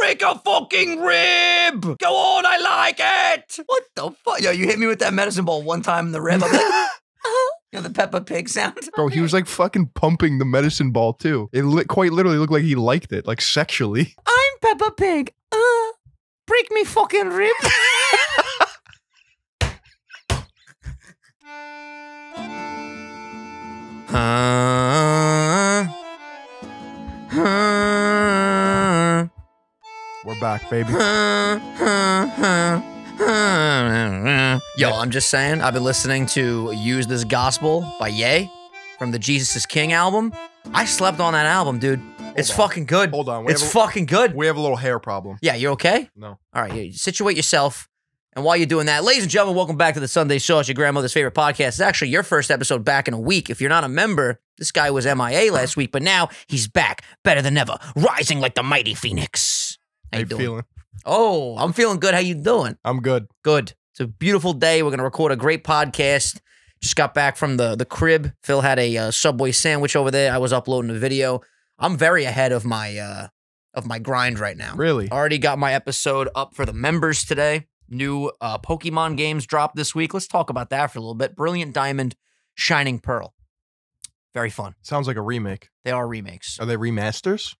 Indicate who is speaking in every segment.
Speaker 1: break a fucking rib. Go on, I like it.
Speaker 2: What the fuck? Yo, you hit me with that medicine ball one time in the rib. I'm like,
Speaker 1: Uh-huh.
Speaker 2: you know, the Peppa Pig sound.
Speaker 3: Bro, he was like fucking pumping the medicine ball too. It li- quite literally looked like he liked it, like sexually.
Speaker 1: I'm Peppa Pig. Uh, break me fucking rib.
Speaker 3: We're back, baby.
Speaker 2: Yeah.
Speaker 1: Yo, I'm just saying, I've been listening to Use This Gospel by Ye from the Jesus is King album. I slept on that album, dude. it's
Speaker 3: on.
Speaker 1: fucking good.
Speaker 3: Hold on, we
Speaker 1: It's
Speaker 3: have a-
Speaker 1: fucking good.
Speaker 3: We have a little hair problem.
Speaker 1: Yeah, you're okay?
Speaker 3: No.
Speaker 1: All right, you situate yourself. And while you're doing that, ladies and gentlemen, welcome back to the Sunday Sauce, your grandmother's favorite podcast. It's actually your first episode back in a week. If you're not a member, this guy was MIA last week, but now he's back, better than ever, rising like the mighty phoenix. How
Speaker 3: How
Speaker 1: you
Speaker 3: you
Speaker 1: doing?
Speaker 3: feeling?
Speaker 1: Oh, I'm feeling good. How you doing?
Speaker 3: I'm good.
Speaker 1: Good. It's a beautiful day. We're gonna record a great podcast. Just got back from the the crib. Phil had a uh, Subway sandwich over there. I was uploading a video. I'm very ahead of my uh of my grind right now.
Speaker 3: Really?
Speaker 1: Already got my episode up for the members today. New uh, Pokemon games dropped this week. Let's talk about that for a little bit. Brilliant Diamond, Shining Pearl. Very fun.
Speaker 3: Sounds like a remake.
Speaker 1: They are remakes.
Speaker 3: Are they remasters?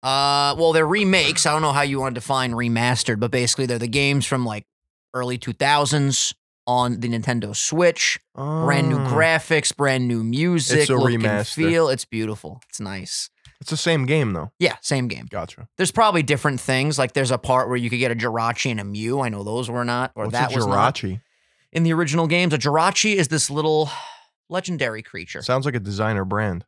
Speaker 1: Uh, well, they're remakes. I don't know how you want to define remastered, but basically they're the games from like early 2000s on the Nintendo Switch. Brand new
Speaker 3: Oh.
Speaker 1: graphics, brand new music,
Speaker 3: It's a
Speaker 1: look and
Speaker 3: remaster.
Speaker 1: feel. It's beautiful. It's nice.
Speaker 3: It's the same game though.
Speaker 1: Yeah, same game.
Speaker 3: Gotcha.
Speaker 1: There's probably different things. Like there's a part where you could get a Jirachi and a Mew. I know those were not, or
Speaker 3: What's
Speaker 1: that
Speaker 3: a
Speaker 1: was not
Speaker 3: Jirachi?
Speaker 1: in the original games. A Jirachi is this little legendary creature,
Speaker 3: Sounds like a designer brand.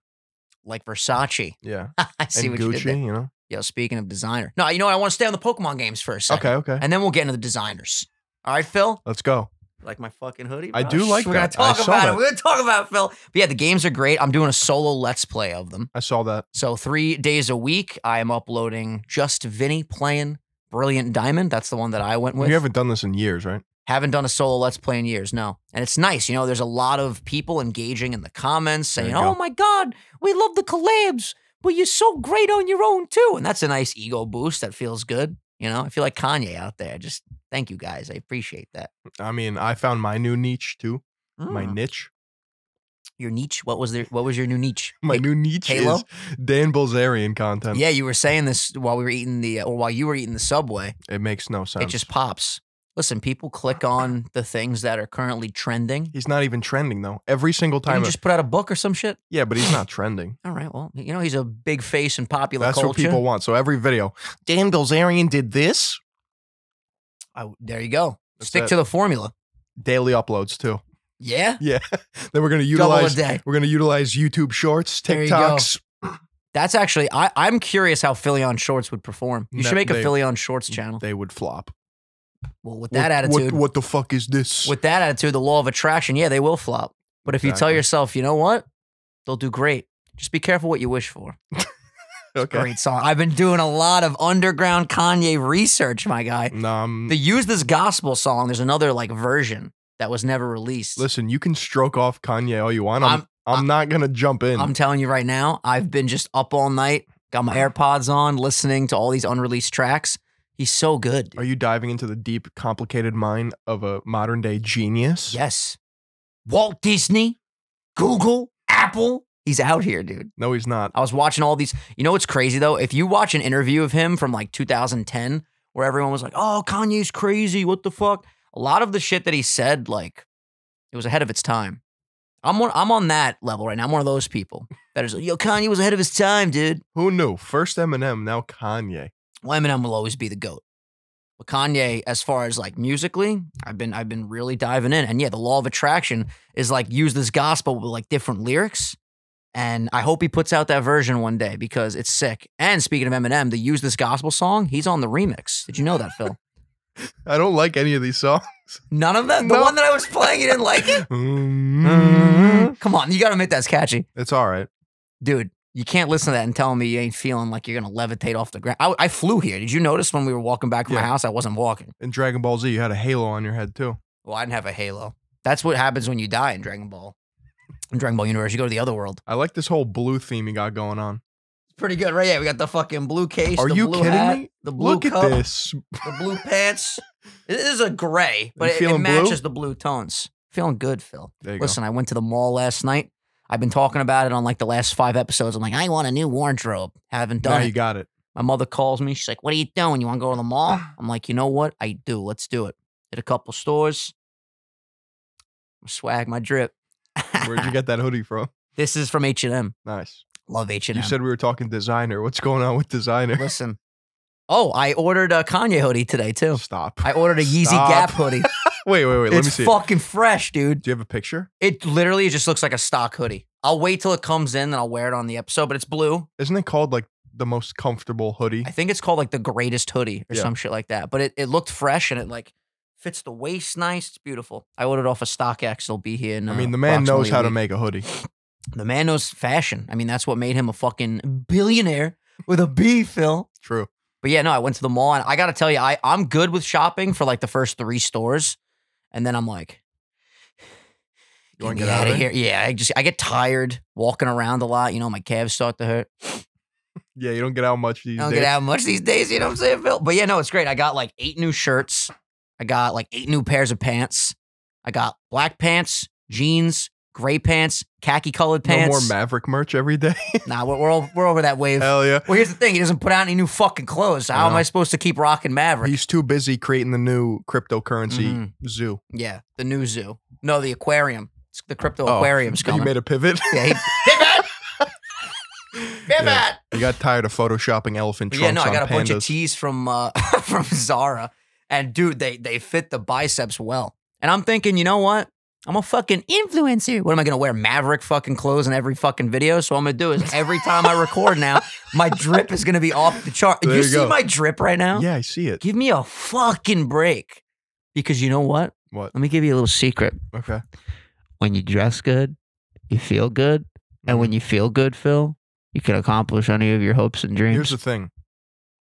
Speaker 1: like Versace.
Speaker 3: Yeah.
Speaker 1: I see
Speaker 3: and
Speaker 1: what you
Speaker 3: Gucci,
Speaker 1: did
Speaker 3: you,
Speaker 1: there.
Speaker 3: know.
Speaker 1: Yo, speaking of designer, no, you know what? I want to stay on the Pokemon games for a second.
Speaker 3: Okay, okay.
Speaker 1: and then we'll get into the designers. All right, Phil.
Speaker 3: Let's go.
Speaker 1: Like my fucking hoodie.
Speaker 3: I
Speaker 1: bro?
Speaker 3: do like
Speaker 1: We're
Speaker 3: that. I
Speaker 1: gonna talk
Speaker 3: saw
Speaker 1: about it.
Speaker 3: that.
Speaker 1: We're gonna talk about it, Phil. But yeah, the games are great. I'm doing a solo let's play of them.
Speaker 3: I saw that.
Speaker 1: So three days a week, I am uploading just Vinny playing Brilliant Diamond. That's the one that I went with.
Speaker 3: you haven't done this in years, right?
Speaker 1: Haven't done a solo let's play in years, no. And it's nice, you know, there's a lot of people engaging in the comments
Speaker 3: There you
Speaker 1: saying,
Speaker 3: go.
Speaker 1: Oh my God, we love the collabs, but you're so great on your own too. And that's a nice ego boost that feels good. You know, I feel like Kanye out there. Just thank you guys. I appreciate that.
Speaker 3: I mean, I found my new niche too. My
Speaker 1: Mm.
Speaker 3: niche.
Speaker 1: your niche. What was their what was your new niche?
Speaker 3: My
Speaker 1: Hey,
Speaker 3: new niche
Speaker 1: Halo?
Speaker 3: is Dan Bilzerian content.
Speaker 1: yeah, you were saying this while we were eating the or while you were eating the subway.
Speaker 3: It makes no sense.
Speaker 1: It just pops. Listen, people click on the things that are currently trending. You
Speaker 3: He's not even trending though. Every single time.
Speaker 1: can just put out a book or some shit.
Speaker 3: yeah, but he's not trending.
Speaker 1: All right, well, you know he's a big face in popular
Speaker 3: That's what
Speaker 1: culture.
Speaker 3: people want. So every video, Dan Bilzerian did this.
Speaker 1: I, there you go.
Speaker 3: That's
Speaker 1: Stick
Speaker 3: it.
Speaker 1: to the formula.
Speaker 3: Daily uploads too.
Speaker 1: Yeah,
Speaker 3: Yeah. then we're gonna
Speaker 1: double a
Speaker 3: utilize.
Speaker 1: day.
Speaker 3: We're gonna utilize YouTube Shorts,
Speaker 1: There you go.
Speaker 3: TikToks.
Speaker 1: That's actually I, I'm curious how Philly on Shorts would perform. You should
Speaker 3: No,
Speaker 1: make a
Speaker 3: they-
Speaker 1: Philly on Shorts channel.
Speaker 3: They would flop.
Speaker 1: Well, with that
Speaker 3: What- what-
Speaker 1: attitude,
Speaker 3: What, the fuck is this?
Speaker 1: with that attitude, the law of attraction, yeah, they will flop. But if you tell
Speaker 3: Exactly.
Speaker 1: yourself, you know what, they'll do great. Just be careful what you wish for.
Speaker 3: okay.
Speaker 1: Great song. I've been doing a lot of underground Kanye research, my guy.
Speaker 3: No, I'm-
Speaker 1: The Use This Gospel song, there's another like version that was never released.
Speaker 3: listen, you can stroke off Kanye all you want. I'm, I'm, not gonna jump in.
Speaker 1: I'm telling you right now, I've been just up all night, got my AirPods on, listening to all these unreleased tracks. He's so good. dude.
Speaker 3: Are you diving into the deep, complicated mind of a modern day genius?
Speaker 1: Yes. Walt Disney, Google, Apple. He's out here, dude.
Speaker 3: No, he's not.
Speaker 1: I was watching all these. You know what's crazy though? If you watch an interview of him from like 2010, where everyone was like, "Oh, Kanye's crazy. What the fuck?" A lot of the shit that he said, like, it was ahead of its time. I'm one, I'm on that level right now. I'm one of those people that is like, "Yo, Kanye was ahead of his time, dude."
Speaker 3: Who knew? First Eminem, now Kanye.
Speaker 1: Well, Eminem will always be the goat. But Kanye, as far as like musically, I've been I've been really diving in. And yeah, the law of attraction is like use this gospel with like different lyrics. And I hope he puts out that version one day because it's sick. And speaking of Eminem, the use this gospel song, he's on the remix. Did you know that, Phil?
Speaker 3: I don't like any of these songs.
Speaker 1: None of them. The
Speaker 3: No.
Speaker 1: one that I was playing, you didn't like it.
Speaker 3: Mm,
Speaker 1: Come on, you got to admit that's catchy,
Speaker 3: It's all right.
Speaker 1: dude. You can't listen to that and tell me you ain't feeling like you're gonna levitate off the ground. I, I flew here. Did you notice when we were walking back from my
Speaker 3: Yeah.
Speaker 1: house? I wasn't walking.
Speaker 3: In Dragon Ball Z, you had a halo on your head too.
Speaker 1: Well, I didn't have a halo. That's what happens when you die in Dragon Ball. In Dragon Ball Universe, you go to the other world.
Speaker 3: I like this whole blue theme you got going on.
Speaker 2: pretty good, right? Yeah, we got the fucking blue case.
Speaker 3: Are
Speaker 2: the
Speaker 3: you
Speaker 2: blue
Speaker 3: kidding
Speaker 2: hat,
Speaker 3: me?
Speaker 2: The blue
Speaker 3: Look at
Speaker 2: cup,
Speaker 3: this.
Speaker 2: the blue pants. It is a gray, but
Speaker 3: You
Speaker 2: it, it
Speaker 3: feeling blue?
Speaker 2: matches the blue tones. Feeling good, Phil.
Speaker 3: There you
Speaker 1: Listen, I went to the mall last night. I've been talking about it on like the last five episodes. I'm like, I want a new wardrobe. Haven't
Speaker 3: go. Now
Speaker 1: done
Speaker 3: you
Speaker 1: it.
Speaker 3: got it.
Speaker 1: My mother calls me. She's like, What are you doing? You want to go to the mall?
Speaker 3: Ah.
Speaker 1: I'm like, You know what? I do. Let's do it. Hit a couple stores. Swag my drip.
Speaker 3: Where'd you get that hoodie from?
Speaker 1: this is from H&M.
Speaker 3: Nice.
Speaker 1: Love H&M.
Speaker 3: You said we were talking designer. What's going on with designer?
Speaker 1: Listen. Oh, I ordered a Kanye hoodie today too.
Speaker 3: Stop.
Speaker 1: I ordered a Yeezy
Speaker 3: Stop.
Speaker 1: Gap hoodie.
Speaker 3: Wait, wait, wait. Let me
Speaker 1: it's
Speaker 3: see.
Speaker 1: fucking fresh, dude.
Speaker 3: Do you have a picture?
Speaker 1: It literally just looks like a stock hoodie. I'll wait till it comes in, then I'll wear it on the episode. But it's blue.
Speaker 3: Isn't it called like the most comfortable hoodie?
Speaker 1: I think it's called like the greatest hoodie or
Speaker 3: Yeah.
Speaker 1: some shit like that. But it, it looked fresh and it like fits the waist nice. It's beautiful. I ordered off a StockX. It'll be here. In,
Speaker 3: I
Speaker 1: uh,
Speaker 3: mean, the man knows
Speaker 1: approximately
Speaker 3: how
Speaker 1: a
Speaker 3: to
Speaker 1: week.
Speaker 3: make a hoodie.
Speaker 1: The man knows fashion. I mean, that's what made him a fucking billionaire with a B, Phil.
Speaker 3: True.
Speaker 1: But yeah, no, I went to the mall and I gotta tell you, I I'm good with shopping for like the first three stores, and then I'm like,
Speaker 3: You wanna
Speaker 1: me
Speaker 3: get out
Speaker 1: outta
Speaker 3: of
Speaker 1: here? Yeah, I just I get tired walking around a lot. You know, my calves start to hurt.
Speaker 3: Yeah, you don't get out much these
Speaker 1: I don't
Speaker 3: days.
Speaker 1: get out much these days. You know what I'm saying, Phil? But yeah, no, it's great. I got like eight new shirts. I got like eight new pairs of pants. I got black pants, jeans, gray pants, khaki colored
Speaker 3: no more
Speaker 1: pants.
Speaker 3: Maverick merch every day.
Speaker 1: nah, we're we're, all, we're over that wave.
Speaker 3: Hell yeah.
Speaker 1: Well, here's the thing. He doesn't put out any new fucking clothes.
Speaker 3: I
Speaker 1: How am
Speaker 3: know.
Speaker 1: I supposed to keep rocking Maverick?
Speaker 3: He's too busy creating the new cryptocurrency
Speaker 1: Mhm.
Speaker 3: zoo.
Speaker 1: Yeah, the new zoo. No, the aquarium. It's the crypto
Speaker 3: Oh,
Speaker 1: aquarium's
Speaker 3: But You
Speaker 1: coming.
Speaker 3: made a pivot.
Speaker 1: yeah, he, Pivot! Pivot!
Speaker 3: Yeah. You got tired of photoshopping elephant
Speaker 1: But
Speaker 3: trunks
Speaker 1: yeah, no, I
Speaker 3: on
Speaker 1: got a bunch of
Speaker 3: pandas.
Speaker 1: tees from uh, from Zara, and dude, they they fit the biceps well. And I'm thinking, you know what? I'm a fucking influencer. What am I gonna wear? Maverick fucking clothes in every fucking video. So what I'm gonna do is every time I record now, my drip is gonna be off the chart.
Speaker 3: There
Speaker 1: you
Speaker 3: you
Speaker 1: see
Speaker 3: go.
Speaker 1: my drip right now?
Speaker 3: Yeah, I see it.
Speaker 1: Give me a fucking break, because you know what?
Speaker 3: What?
Speaker 1: Let me give you a little secret.
Speaker 3: Okay.
Speaker 1: when you dress good, you feel good.
Speaker 3: Mm.
Speaker 1: And
Speaker 3: Mm-hmm.
Speaker 1: when you feel good, Phil, you can accomplish any of your hopes and dreams.
Speaker 3: Here's the thing.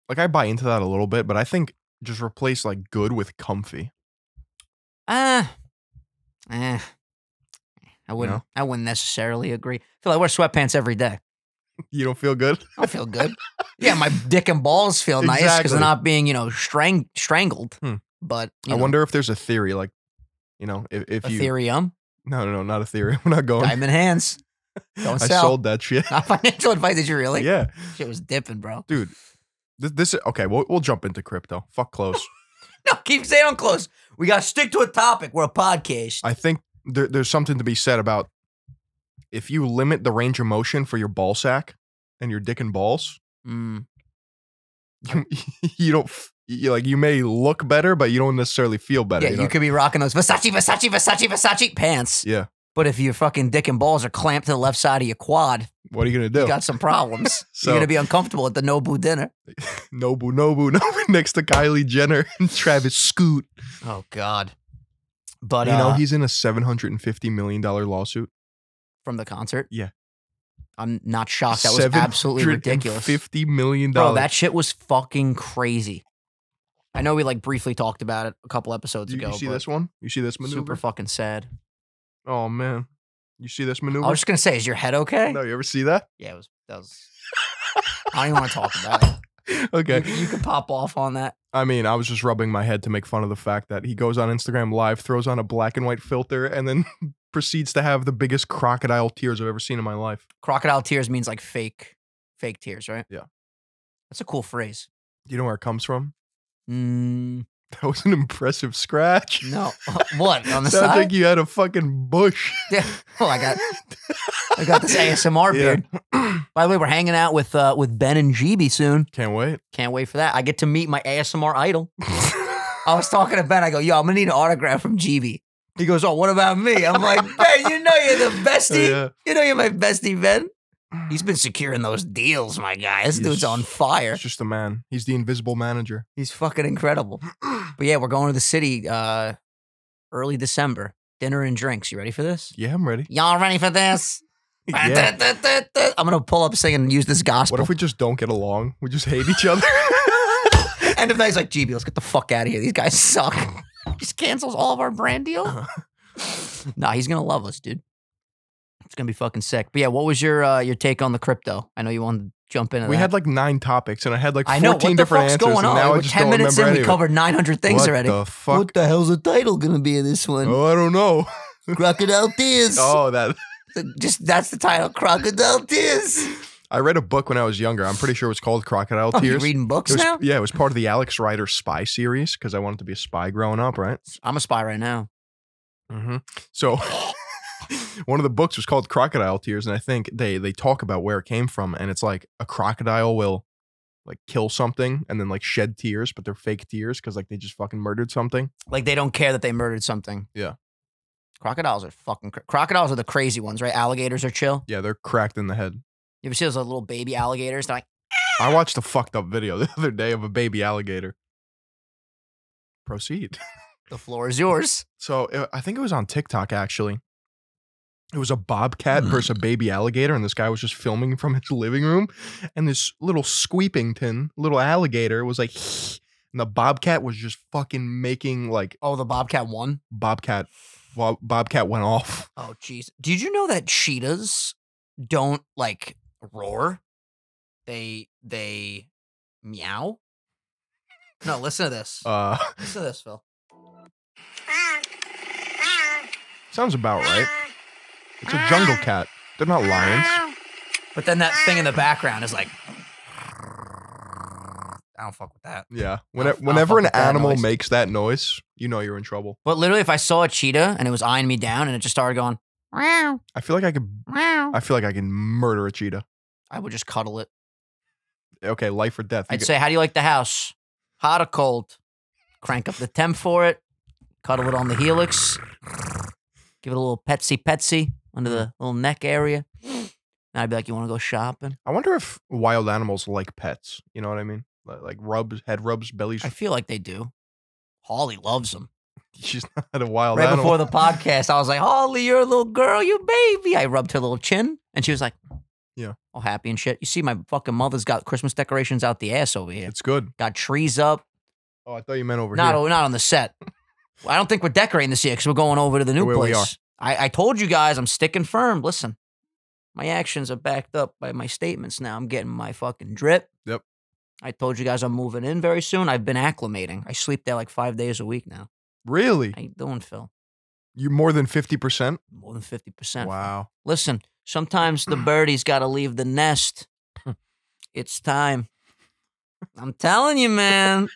Speaker 3: Like I buy into that a little bit, but I think just replace like good with comfy.
Speaker 1: Ah, eh. I wouldn't.
Speaker 3: No?
Speaker 1: I wouldn't necessarily agree. Phil, I wear sweatpants every day.
Speaker 3: You don't feel good?
Speaker 1: I feel good. yeah, my dick and balls feel nice because
Speaker 3: Exactly.
Speaker 1: they're not being, you know, strang- strangled.
Speaker 3: Hmm.
Speaker 1: But you
Speaker 3: I
Speaker 1: know,
Speaker 3: wonder if there's a theory, like you know, if, if you
Speaker 1: Ethereum,
Speaker 3: no no no not a theory. We're not going.
Speaker 1: um, diamond hands, don't
Speaker 3: I
Speaker 1: sell.
Speaker 3: sold that shit.
Speaker 1: not financial advice. Did you really?
Speaker 3: yeah,
Speaker 1: Shit was dipping, bro.
Speaker 3: dude. This, this okay. We'll, we'll jump into crypto. Fuck close.
Speaker 1: No, keep saying I'm close. We gotta stick to a topic. We're a podcast.
Speaker 3: I think there, there's something to be said about if you limit the range of motion for your ball sack and your dick and balls,
Speaker 1: Mm,
Speaker 3: you, you don't f- you, like you may look better, but you don't necessarily feel better.
Speaker 1: yeah,
Speaker 3: you
Speaker 1: you
Speaker 3: know?
Speaker 1: could be rocking those Versace, Versace, Versace, Versace pants.
Speaker 3: yeah.
Speaker 1: But if your fucking dick and balls are clamped to the left side of your quad,
Speaker 3: What are you gonna do?
Speaker 1: you got some problems.
Speaker 3: So-
Speaker 1: You're gonna be uncomfortable at the Nobu dinner.
Speaker 3: Nobu, Nobu, Nobu next to Kylie Jenner and Travis Scoot.
Speaker 1: Oh God. But
Speaker 3: you know
Speaker 1: uh,
Speaker 3: he's in a seven hundred and fifty million dollar lawsuit.
Speaker 1: from the concert.
Speaker 3: Yeah.
Speaker 1: I'm not shocked. That was absolutely ridiculous.
Speaker 3: Fifty million
Speaker 1: Bro,
Speaker 3: dollars.
Speaker 1: that shit was fucking crazy. I know we like briefly talked about it a couple episodes
Speaker 3: you,
Speaker 1: ago.
Speaker 3: you see
Speaker 1: but
Speaker 3: this one? You see this
Speaker 1: Super
Speaker 3: maneuver?
Speaker 1: fucking sad.
Speaker 3: oh man, you see this maneuver?
Speaker 1: I was just gonna say, is your head okay?
Speaker 3: no, you ever see that?
Speaker 1: Yeah, it was that was I don't even want to talk about it.
Speaker 3: Okay.
Speaker 1: You, you can pop off on that.
Speaker 3: I mean, I was just rubbing my head to make fun of the fact that he goes on Instagram Live, throws on a black and white filter, and then proceeds to have the biggest crocodile tears I've ever seen in my life.
Speaker 1: crocodile tears means like fake fake tears right
Speaker 3: Yeah.
Speaker 1: that's a cool phrase
Speaker 3: You know where it comes from?
Speaker 1: mm,
Speaker 3: That was an impressive scratch.
Speaker 1: no what on the
Speaker 3: Sounds
Speaker 1: side
Speaker 3: like you had a fucking bush.
Speaker 1: yeah. oh i got i got this asmr
Speaker 3: Yeah.
Speaker 1: beard by the way we're hanging out with uh with ben and gb soon
Speaker 3: Can't wait.
Speaker 1: can't wait for that i get to meet my asmr idol i
Speaker 3: Oh,
Speaker 1: was talking to ben i go yo i'm gonna need an autograph from gb he goes oh what about me i'm like ben you know you're the bestie
Speaker 3: Oh, Yeah.
Speaker 1: you know you're my bestie ben he's been securing those deals my guy this
Speaker 3: He's-
Speaker 1: dude's on fire
Speaker 3: It's just a man. He's the invisible manager.
Speaker 1: He's fucking incredible. But yeah, we're going to the city uh early December. Dinner and drinks. You ready for this?
Speaker 3: Yeah, I'm ready.
Speaker 1: Y'all ready for this?
Speaker 3: Yeah.
Speaker 1: I'm gonna pull up singing and use this gospel.
Speaker 3: What if we just don't get along? We just hate each other.
Speaker 1: End of night's like GB, let's get the fuck out of here. These guys suck. just cancels all of our brand deal.
Speaker 3: Uh-huh.
Speaker 1: nah, he's gonna love us, dude. It's gonna be fucking sick. But yeah, what was your uh, your take on the crypto? I know you wanted to jump into
Speaker 3: We
Speaker 1: that.
Speaker 3: had like nine topics, and I had like
Speaker 1: I
Speaker 3: fourteen
Speaker 1: know what the
Speaker 3: different
Speaker 1: fuck's
Speaker 3: answers.
Speaker 1: going
Speaker 3: and
Speaker 1: on.
Speaker 3: now
Speaker 1: Like,
Speaker 3: I
Speaker 1: we're
Speaker 3: just
Speaker 1: ten
Speaker 3: don't
Speaker 1: minutes in, we
Speaker 3: remember any of it.
Speaker 1: covered nine hundred things
Speaker 3: what
Speaker 1: already.
Speaker 3: the fuck?
Speaker 1: What the hell's the title gonna be of this one?
Speaker 3: oh, I don't know.
Speaker 1: Crocodile Tears.
Speaker 3: Oh, that
Speaker 1: Just that's the title, Crocodile Tears.
Speaker 3: I read a book when I was younger. I'm pretty sure it was called Crocodile
Speaker 1: Oh, you
Speaker 3: Tears.
Speaker 1: reading books
Speaker 3: It was-
Speaker 1: now?
Speaker 3: Yeah, it was part of the Alex Rider spy series because I wanted to be a spy growing up, right?
Speaker 1: I'm a spy right now.
Speaker 3: Mm-hmm. So one of the books was called Crocodile Tears, and I think they they talk about where it came from, and it's like a crocodile will like kill something and then like shed tears, but they're fake tears because like they just fucking murdered something.
Speaker 1: Like they don't care that they murdered something.
Speaker 3: Yeah.
Speaker 1: Crocodiles are fucking. Cr- crocodiles are the crazy ones, right? Alligators are chill.
Speaker 3: Yeah, they're cracked in the head.
Speaker 1: You ever see those little baby alligators? They're like,
Speaker 3: I watched a fucked up video the other day of a baby alligator. Proceed.
Speaker 1: the floor is yours.
Speaker 3: So uh, I think it was on TikTok actually. It was a bobcat
Speaker 1: Hmm.
Speaker 3: versus a baby alligator, and this guy was just filming from his living room, and this little squeepington, little alligator, was like, and the bobcat was just fucking making like
Speaker 1: Oh, the bobcat won.
Speaker 3: bobcat. Bob, bobcat went off.
Speaker 1: Oh, jeez. Did you know that cheetahs don't like roar? They they meow. No, listen to this.
Speaker 3: Uh,
Speaker 1: listen to this, Phil.
Speaker 3: sounds about right. It's a jungle cat. They're not lions.
Speaker 1: But then that thing in the background is like, I don't fuck with that.
Speaker 3: Yeah.
Speaker 1: I'll-
Speaker 3: When, e,
Speaker 1: I'll
Speaker 3: whenever
Speaker 1: fuck
Speaker 3: an
Speaker 1: with that
Speaker 3: animal
Speaker 1: noise.
Speaker 3: makes that noise, you know you're in trouble.
Speaker 1: But literally, if I saw a cheetah and it was eyeing me down and it just started going, wow,
Speaker 3: I feel like I could.
Speaker 1: wow,
Speaker 3: I feel like I can murder a cheetah.
Speaker 1: I would just cuddle it.
Speaker 3: Okay, life or death. You
Speaker 1: I'd
Speaker 3: g-
Speaker 1: say, how do you like the house? Hot or cold? Crank up the temp for it. Cuddle it on the helix. Give it a little petsy petsy under the little neck area. And I'd be like, you want to go shopping?
Speaker 3: I wonder if wild animals like pets. You know what I mean? Li- Like rubs, head rubs, bellies.
Speaker 1: I feel like they do. Holly loves them.
Speaker 3: She's not a wild
Speaker 1: right
Speaker 3: animal.
Speaker 1: before the podcast, I was like, Holly, you're a little girl, you baby. I rubbed her little chin, and she was like,
Speaker 3: Yeah.
Speaker 1: all happy and shit. You see, my fucking mother's got Christmas decorations out the ass over here.
Speaker 3: it's good.
Speaker 1: Got trees up.
Speaker 3: Oh, I thought you meant over
Speaker 1: Not
Speaker 3: here.
Speaker 1: o- not on the set. I don't think we're decorating this year because we're going over to the new
Speaker 3: Where we
Speaker 1: place. I, I told you guys I'm sticking firm. Listen, my actions are backed up by my statements now. I'm getting my fucking drip.
Speaker 3: Yep.
Speaker 1: I told you guys I'm moving in very soon. I've been acclimating. I sleep there like five days a week now.
Speaker 3: really?
Speaker 1: How you doing, Phil?
Speaker 3: You more than fifty percent?
Speaker 1: More than fifty percent.
Speaker 3: Wow.
Speaker 1: Listen, sometimes the birdie's got to leave the nest. It's time. I'm telling you, man.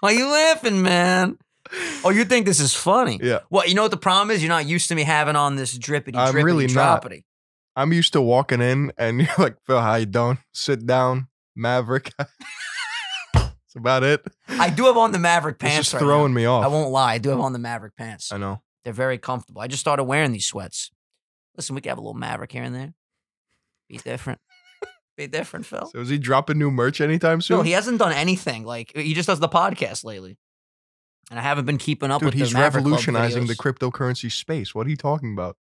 Speaker 1: Why you laughing, man? Oh, you think this is funny?
Speaker 3: Yeah.
Speaker 1: What you know what the problem is? You're not used to me having on this drippity drippity
Speaker 3: I'm really not.
Speaker 1: droppity.
Speaker 3: I'm used to walking in and you're like, Phil, how you doing? Sit down, Maverick. That's about it.
Speaker 1: I do have on the Maverick
Speaker 3: It's
Speaker 1: pants.
Speaker 3: just
Speaker 1: right now.
Speaker 3: throwing me off.
Speaker 1: I won't lie. I do have on the Maverick pants.
Speaker 3: I know.
Speaker 1: They're very comfortable. I just started wearing these sweats. Listen, we could have a little Maverick here and there. Be different. Be different, Phil.
Speaker 3: So is he dropping new merch anytime soon?
Speaker 1: No, he hasn't done anything. Like he just does the podcast lately, and I haven't been keeping up
Speaker 3: Dude,
Speaker 1: with.
Speaker 3: he's
Speaker 1: the Maverick Club
Speaker 3: revolutionizing the
Speaker 1: videos.
Speaker 3: cryptocurrency space. What are you talking about?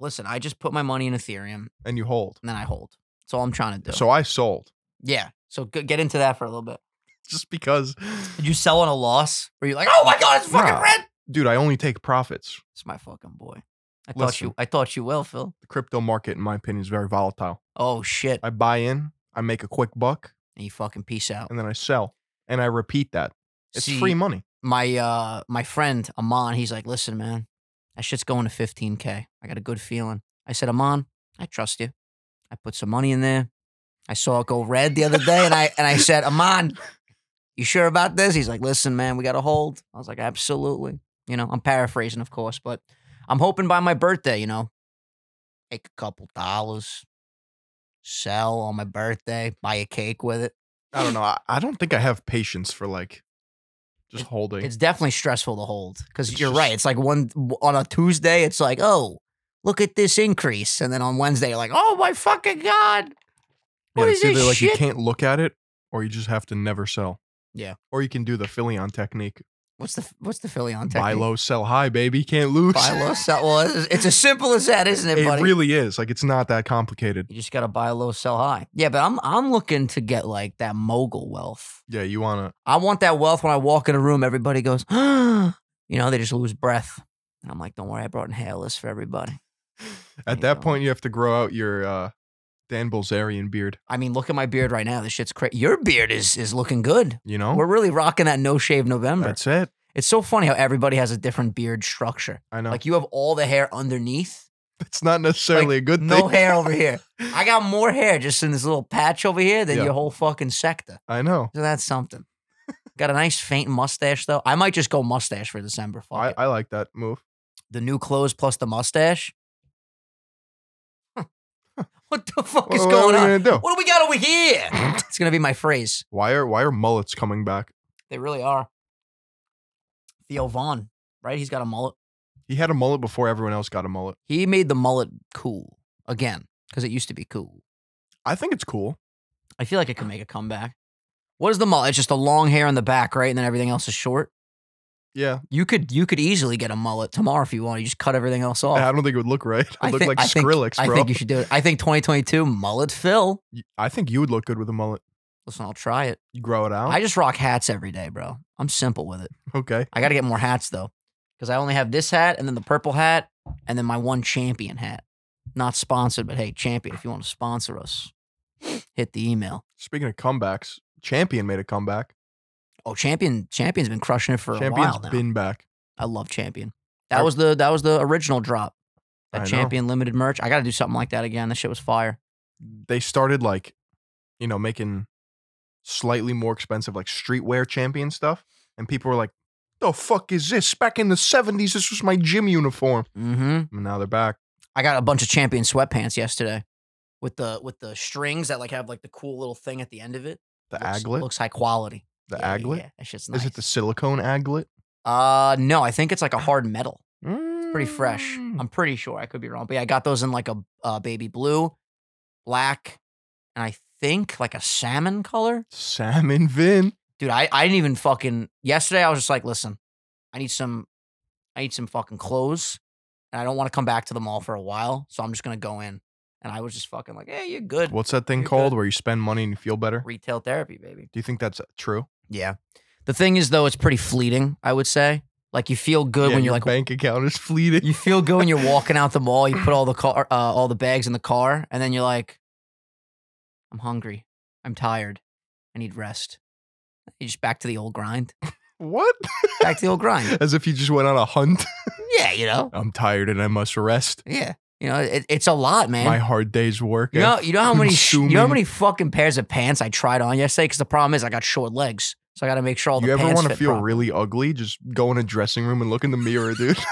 Speaker 1: Listen, I just put my money in Ethereum, and
Speaker 3: And you hold.
Speaker 1: then I hold. That's all I'm trying to do.
Speaker 3: So I sold
Speaker 1: yeah, so g- get into that for a little bit.
Speaker 3: just because,
Speaker 1: Did you sell on a loss? Were you like, oh my god, it's fucking
Speaker 3: Nah.
Speaker 1: red?
Speaker 3: dude, I only take profits.
Speaker 1: It's my fucking boy. I thought
Speaker 3: Listen.
Speaker 1: you. I thought you well, Phil.
Speaker 3: the crypto market, in my opinion, is very volatile.
Speaker 1: Oh shit!
Speaker 3: I buy in, I make a quick buck,
Speaker 1: And you fucking peace out.
Speaker 3: and then I sell. And I repeat that. It's
Speaker 1: See,
Speaker 3: free money.
Speaker 1: my uh my friend Amon, he's like, listen, man, that shit's going to 15k. I got a good feeling. I said, Amon, I trust you. I put some money in there. I saw it go red the other day, and I and I said, Amon, you sure about this? He's like, listen, man, we got to hold. I was like, absolutely. You know, I'm paraphrasing, of course, but I'm hoping by my birthday, you know, make a couple dollars, sell on my birthday, buy a cake with it.
Speaker 3: I don't know. I, I don't think I have patience for like just
Speaker 1: It-
Speaker 3: holding.
Speaker 1: It's definitely stressful to hold because
Speaker 3: It's
Speaker 1: you're
Speaker 3: just-
Speaker 1: right. It's like one on a Tuesday, it's like, oh, look at this increase, and then on Wednesday, you're like, oh my fucking god,
Speaker 3: Yeah,
Speaker 1: what is
Speaker 3: it's either
Speaker 1: this
Speaker 3: like you
Speaker 1: shit?
Speaker 3: can't look at it or you just have to never sell.
Speaker 1: Yeah.
Speaker 3: Or you can do the Filion technique.
Speaker 1: What's the what's the Philly on
Speaker 3: Buy
Speaker 1: technique?
Speaker 3: low, sell high, baby. Can't lose.
Speaker 1: buy low, sell. Well, it's, it's as simple as that, isn't it,
Speaker 3: it
Speaker 1: buddy?
Speaker 3: really is. Like it's not that complicated.
Speaker 1: you just gotta buy low, sell high. Yeah, but I'm I'm looking to get like that mogul wealth.
Speaker 3: Yeah, you wanna
Speaker 1: I want that wealth when I walk in a room, everybody goes, you know, they just lose breath. And I'm like, don't worry, I brought inhalers for everybody.
Speaker 3: at
Speaker 1: you
Speaker 3: that
Speaker 1: go.
Speaker 3: point you have to grow out your uh Dan Bilzerian beard.
Speaker 1: I mean, look at my beard right now. This shit's crazy. Your beard is is looking good.
Speaker 3: You know,
Speaker 1: We're really rocking that no shave November.
Speaker 3: Oh. that's it.
Speaker 1: it's so funny how everybody has a different beard structure.
Speaker 3: I know.
Speaker 1: Like you have all the hair underneath,
Speaker 3: it's not necessarily a good thing.
Speaker 1: no hair over here. I got more hair just in this little patch over here than
Speaker 3: Yeah.
Speaker 1: your whole fucking sector.
Speaker 3: I know.
Speaker 1: So that's something. got a nice faint mustache though. I might just go mustache for December. Fuck
Speaker 3: I,
Speaker 1: it.
Speaker 3: I like that move.
Speaker 1: the new clothes plus the mustache. Huh. What the fuck
Speaker 3: What,
Speaker 1: is
Speaker 3: what
Speaker 1: going
Speaker 3: are
Speaker 1: on?
Speaker 3: we gonna do?
Speaker 1: What do we got over here? it's gonna be my phrase.
Speaker 3: Why are why are mullets coming back?
Speaker 1: They really are. Theo Vaughn, right? He's got a mullet.
Speaker 3: He had a mullet before everyone else got a mullet.
Speaker 1: He made the mullet cool again because it used to be cool.
Speaker 3: I think it's cool.
Speaker 1: I feel like it could make a comeback. What is the mullet? It's just the long hair in the back, right? And then everything else is short.
Speaker 3: Yeah,
Speaker 1: You could you could easily get a mullet tomorrow if you want. You just cut everything else off.
Speaker 3: I don't think it would look right. It
Speaker 1: Oh. I
Speaker 3: would look
Speaker 1: think-
Speaker 3: like
Speaker 1: I think-
Speaker 3: Skrillex,
Speaker 1: I
Speaker 3: bro.
Speaker 1: think you should do it. I think 2022 mullet Phil.
Speaker 3: You- I think you would look good with a mullet.
Speaker 1: Listen, I'll try it.
Speaker 3: You grow it out.
Speaker 1: I just rock hats every day, bro. I'm simple with it.
Speaker 3: okay.
Speaker 1: I got to get more hats though, because I only have this hat and then the purple hat and then my one champion hat. Not sponsored, but hey, champion, if you want to sponsor us, hit the email.
Speaker 3: Speaking of comebacks, Champion made a comeback.
Speaker 1: Oh, champion, champion's been crushing it for
Speaker 3: Champion's
Speaker 1: a while now.
Speaker 3: been back.
Speaker 1: I love champion. That
Speaker 3: I-
Speaker 1: was the that was the original drop.
Speaker 3: I
Speaker 1: That
Speaker 3: know.
Speaker 1: champion limited merch. I got to do something like that again. That shit was fire.
Speaker 3: They started like, you know, making slightly more expensive like streetwear champion stuff, and people were like, "The fuck is this? Back in the '70s, this was my gym uniform."
Speaker 1: Mm-hmm.
Speaker 3: And now they're back.
Speaker 1: I got a bunch of champion sweatpants yesterday with the with the strings that like have like the cool little thing at the end of it.
Speaker 3: The
Speaker 1: looks,
Speaker 3: aglet,
Speaker 1: looks high quality.
Speaker 3: the
Speaker 1: Yeah, yeah,
Speaker 3: aglet.
Speaker 1: yeah. That shit's nice.
Speaker 3: Is it the silicone aglet?
Speaker 1: Uh, no, I think it's like a hard metal. Pretty fresh.
Speaker 3: Ah.
Speaker 1: Um,
Speaker 3: Mm.
Speaker 1: I'm pretty sure. I could be wrong, but yeah, I got those in like a uh, baby blue, black, and I think like a salmon color.
Speaker 3: Salmon Vin.
Speaker 1: Dude, I, I didn't even fucking yesterday. I was just like, listen, I need some, I need some fucking clothes, and I don't want to come back to the mall for a while, so I'm just gonna go in. And I was just fucking like, hey, you're good.
Speaker 3: What's that thing
Speaker 1: You're
Speaker 3: called
Speaker 1: good.
Speaker 3: where you spend money and you feel better?
Speaker 1: Retail therapy, baby.
Speaker 3: Do you think that's uh, true?
Speaker 1: Yeah. The thing is, though, it's pretty fleeting. I would say, like, you feel good
Speaker 3: Yeah,
Speaker 1: when you're
Speaker 3: your
Speaker 1: like
Speaker 3: bank account is fleeting.
Speaker 1: you feel good when you're walking out the mall. You put all the car, uh, all the bags in the car, and then you're like, "I'm hungry. I'm tired. I need rest." You just back to the old grind.
Speaker 3: what?
Speaker 1: Back to the old grind.
Speaker 3: As if you just went on a hunt.
Speaker 1: Yeah, you know.
Speaker 3: I'm tired and I must rest.
Speaker 1: Yeah, you know. It, it's a lot, man.
Speaker 3: My hard day's work.
Speaker 1: you know. You know how many. sh- You know how
Speaker 3: consuming.
Speaker 1: many fucking pairs of pants I tried on yesterday. Because the problem is I got short legs, so I got to make sure all the
Speaker 3: you ever
Speaker 1: pants
Speaker 3: want to
Speaker 1: fit
Speaker 3: feel
Speaker 1: proper.
Speaker 3: really ugly? Just go in a dressing room and look in the mirror, dude.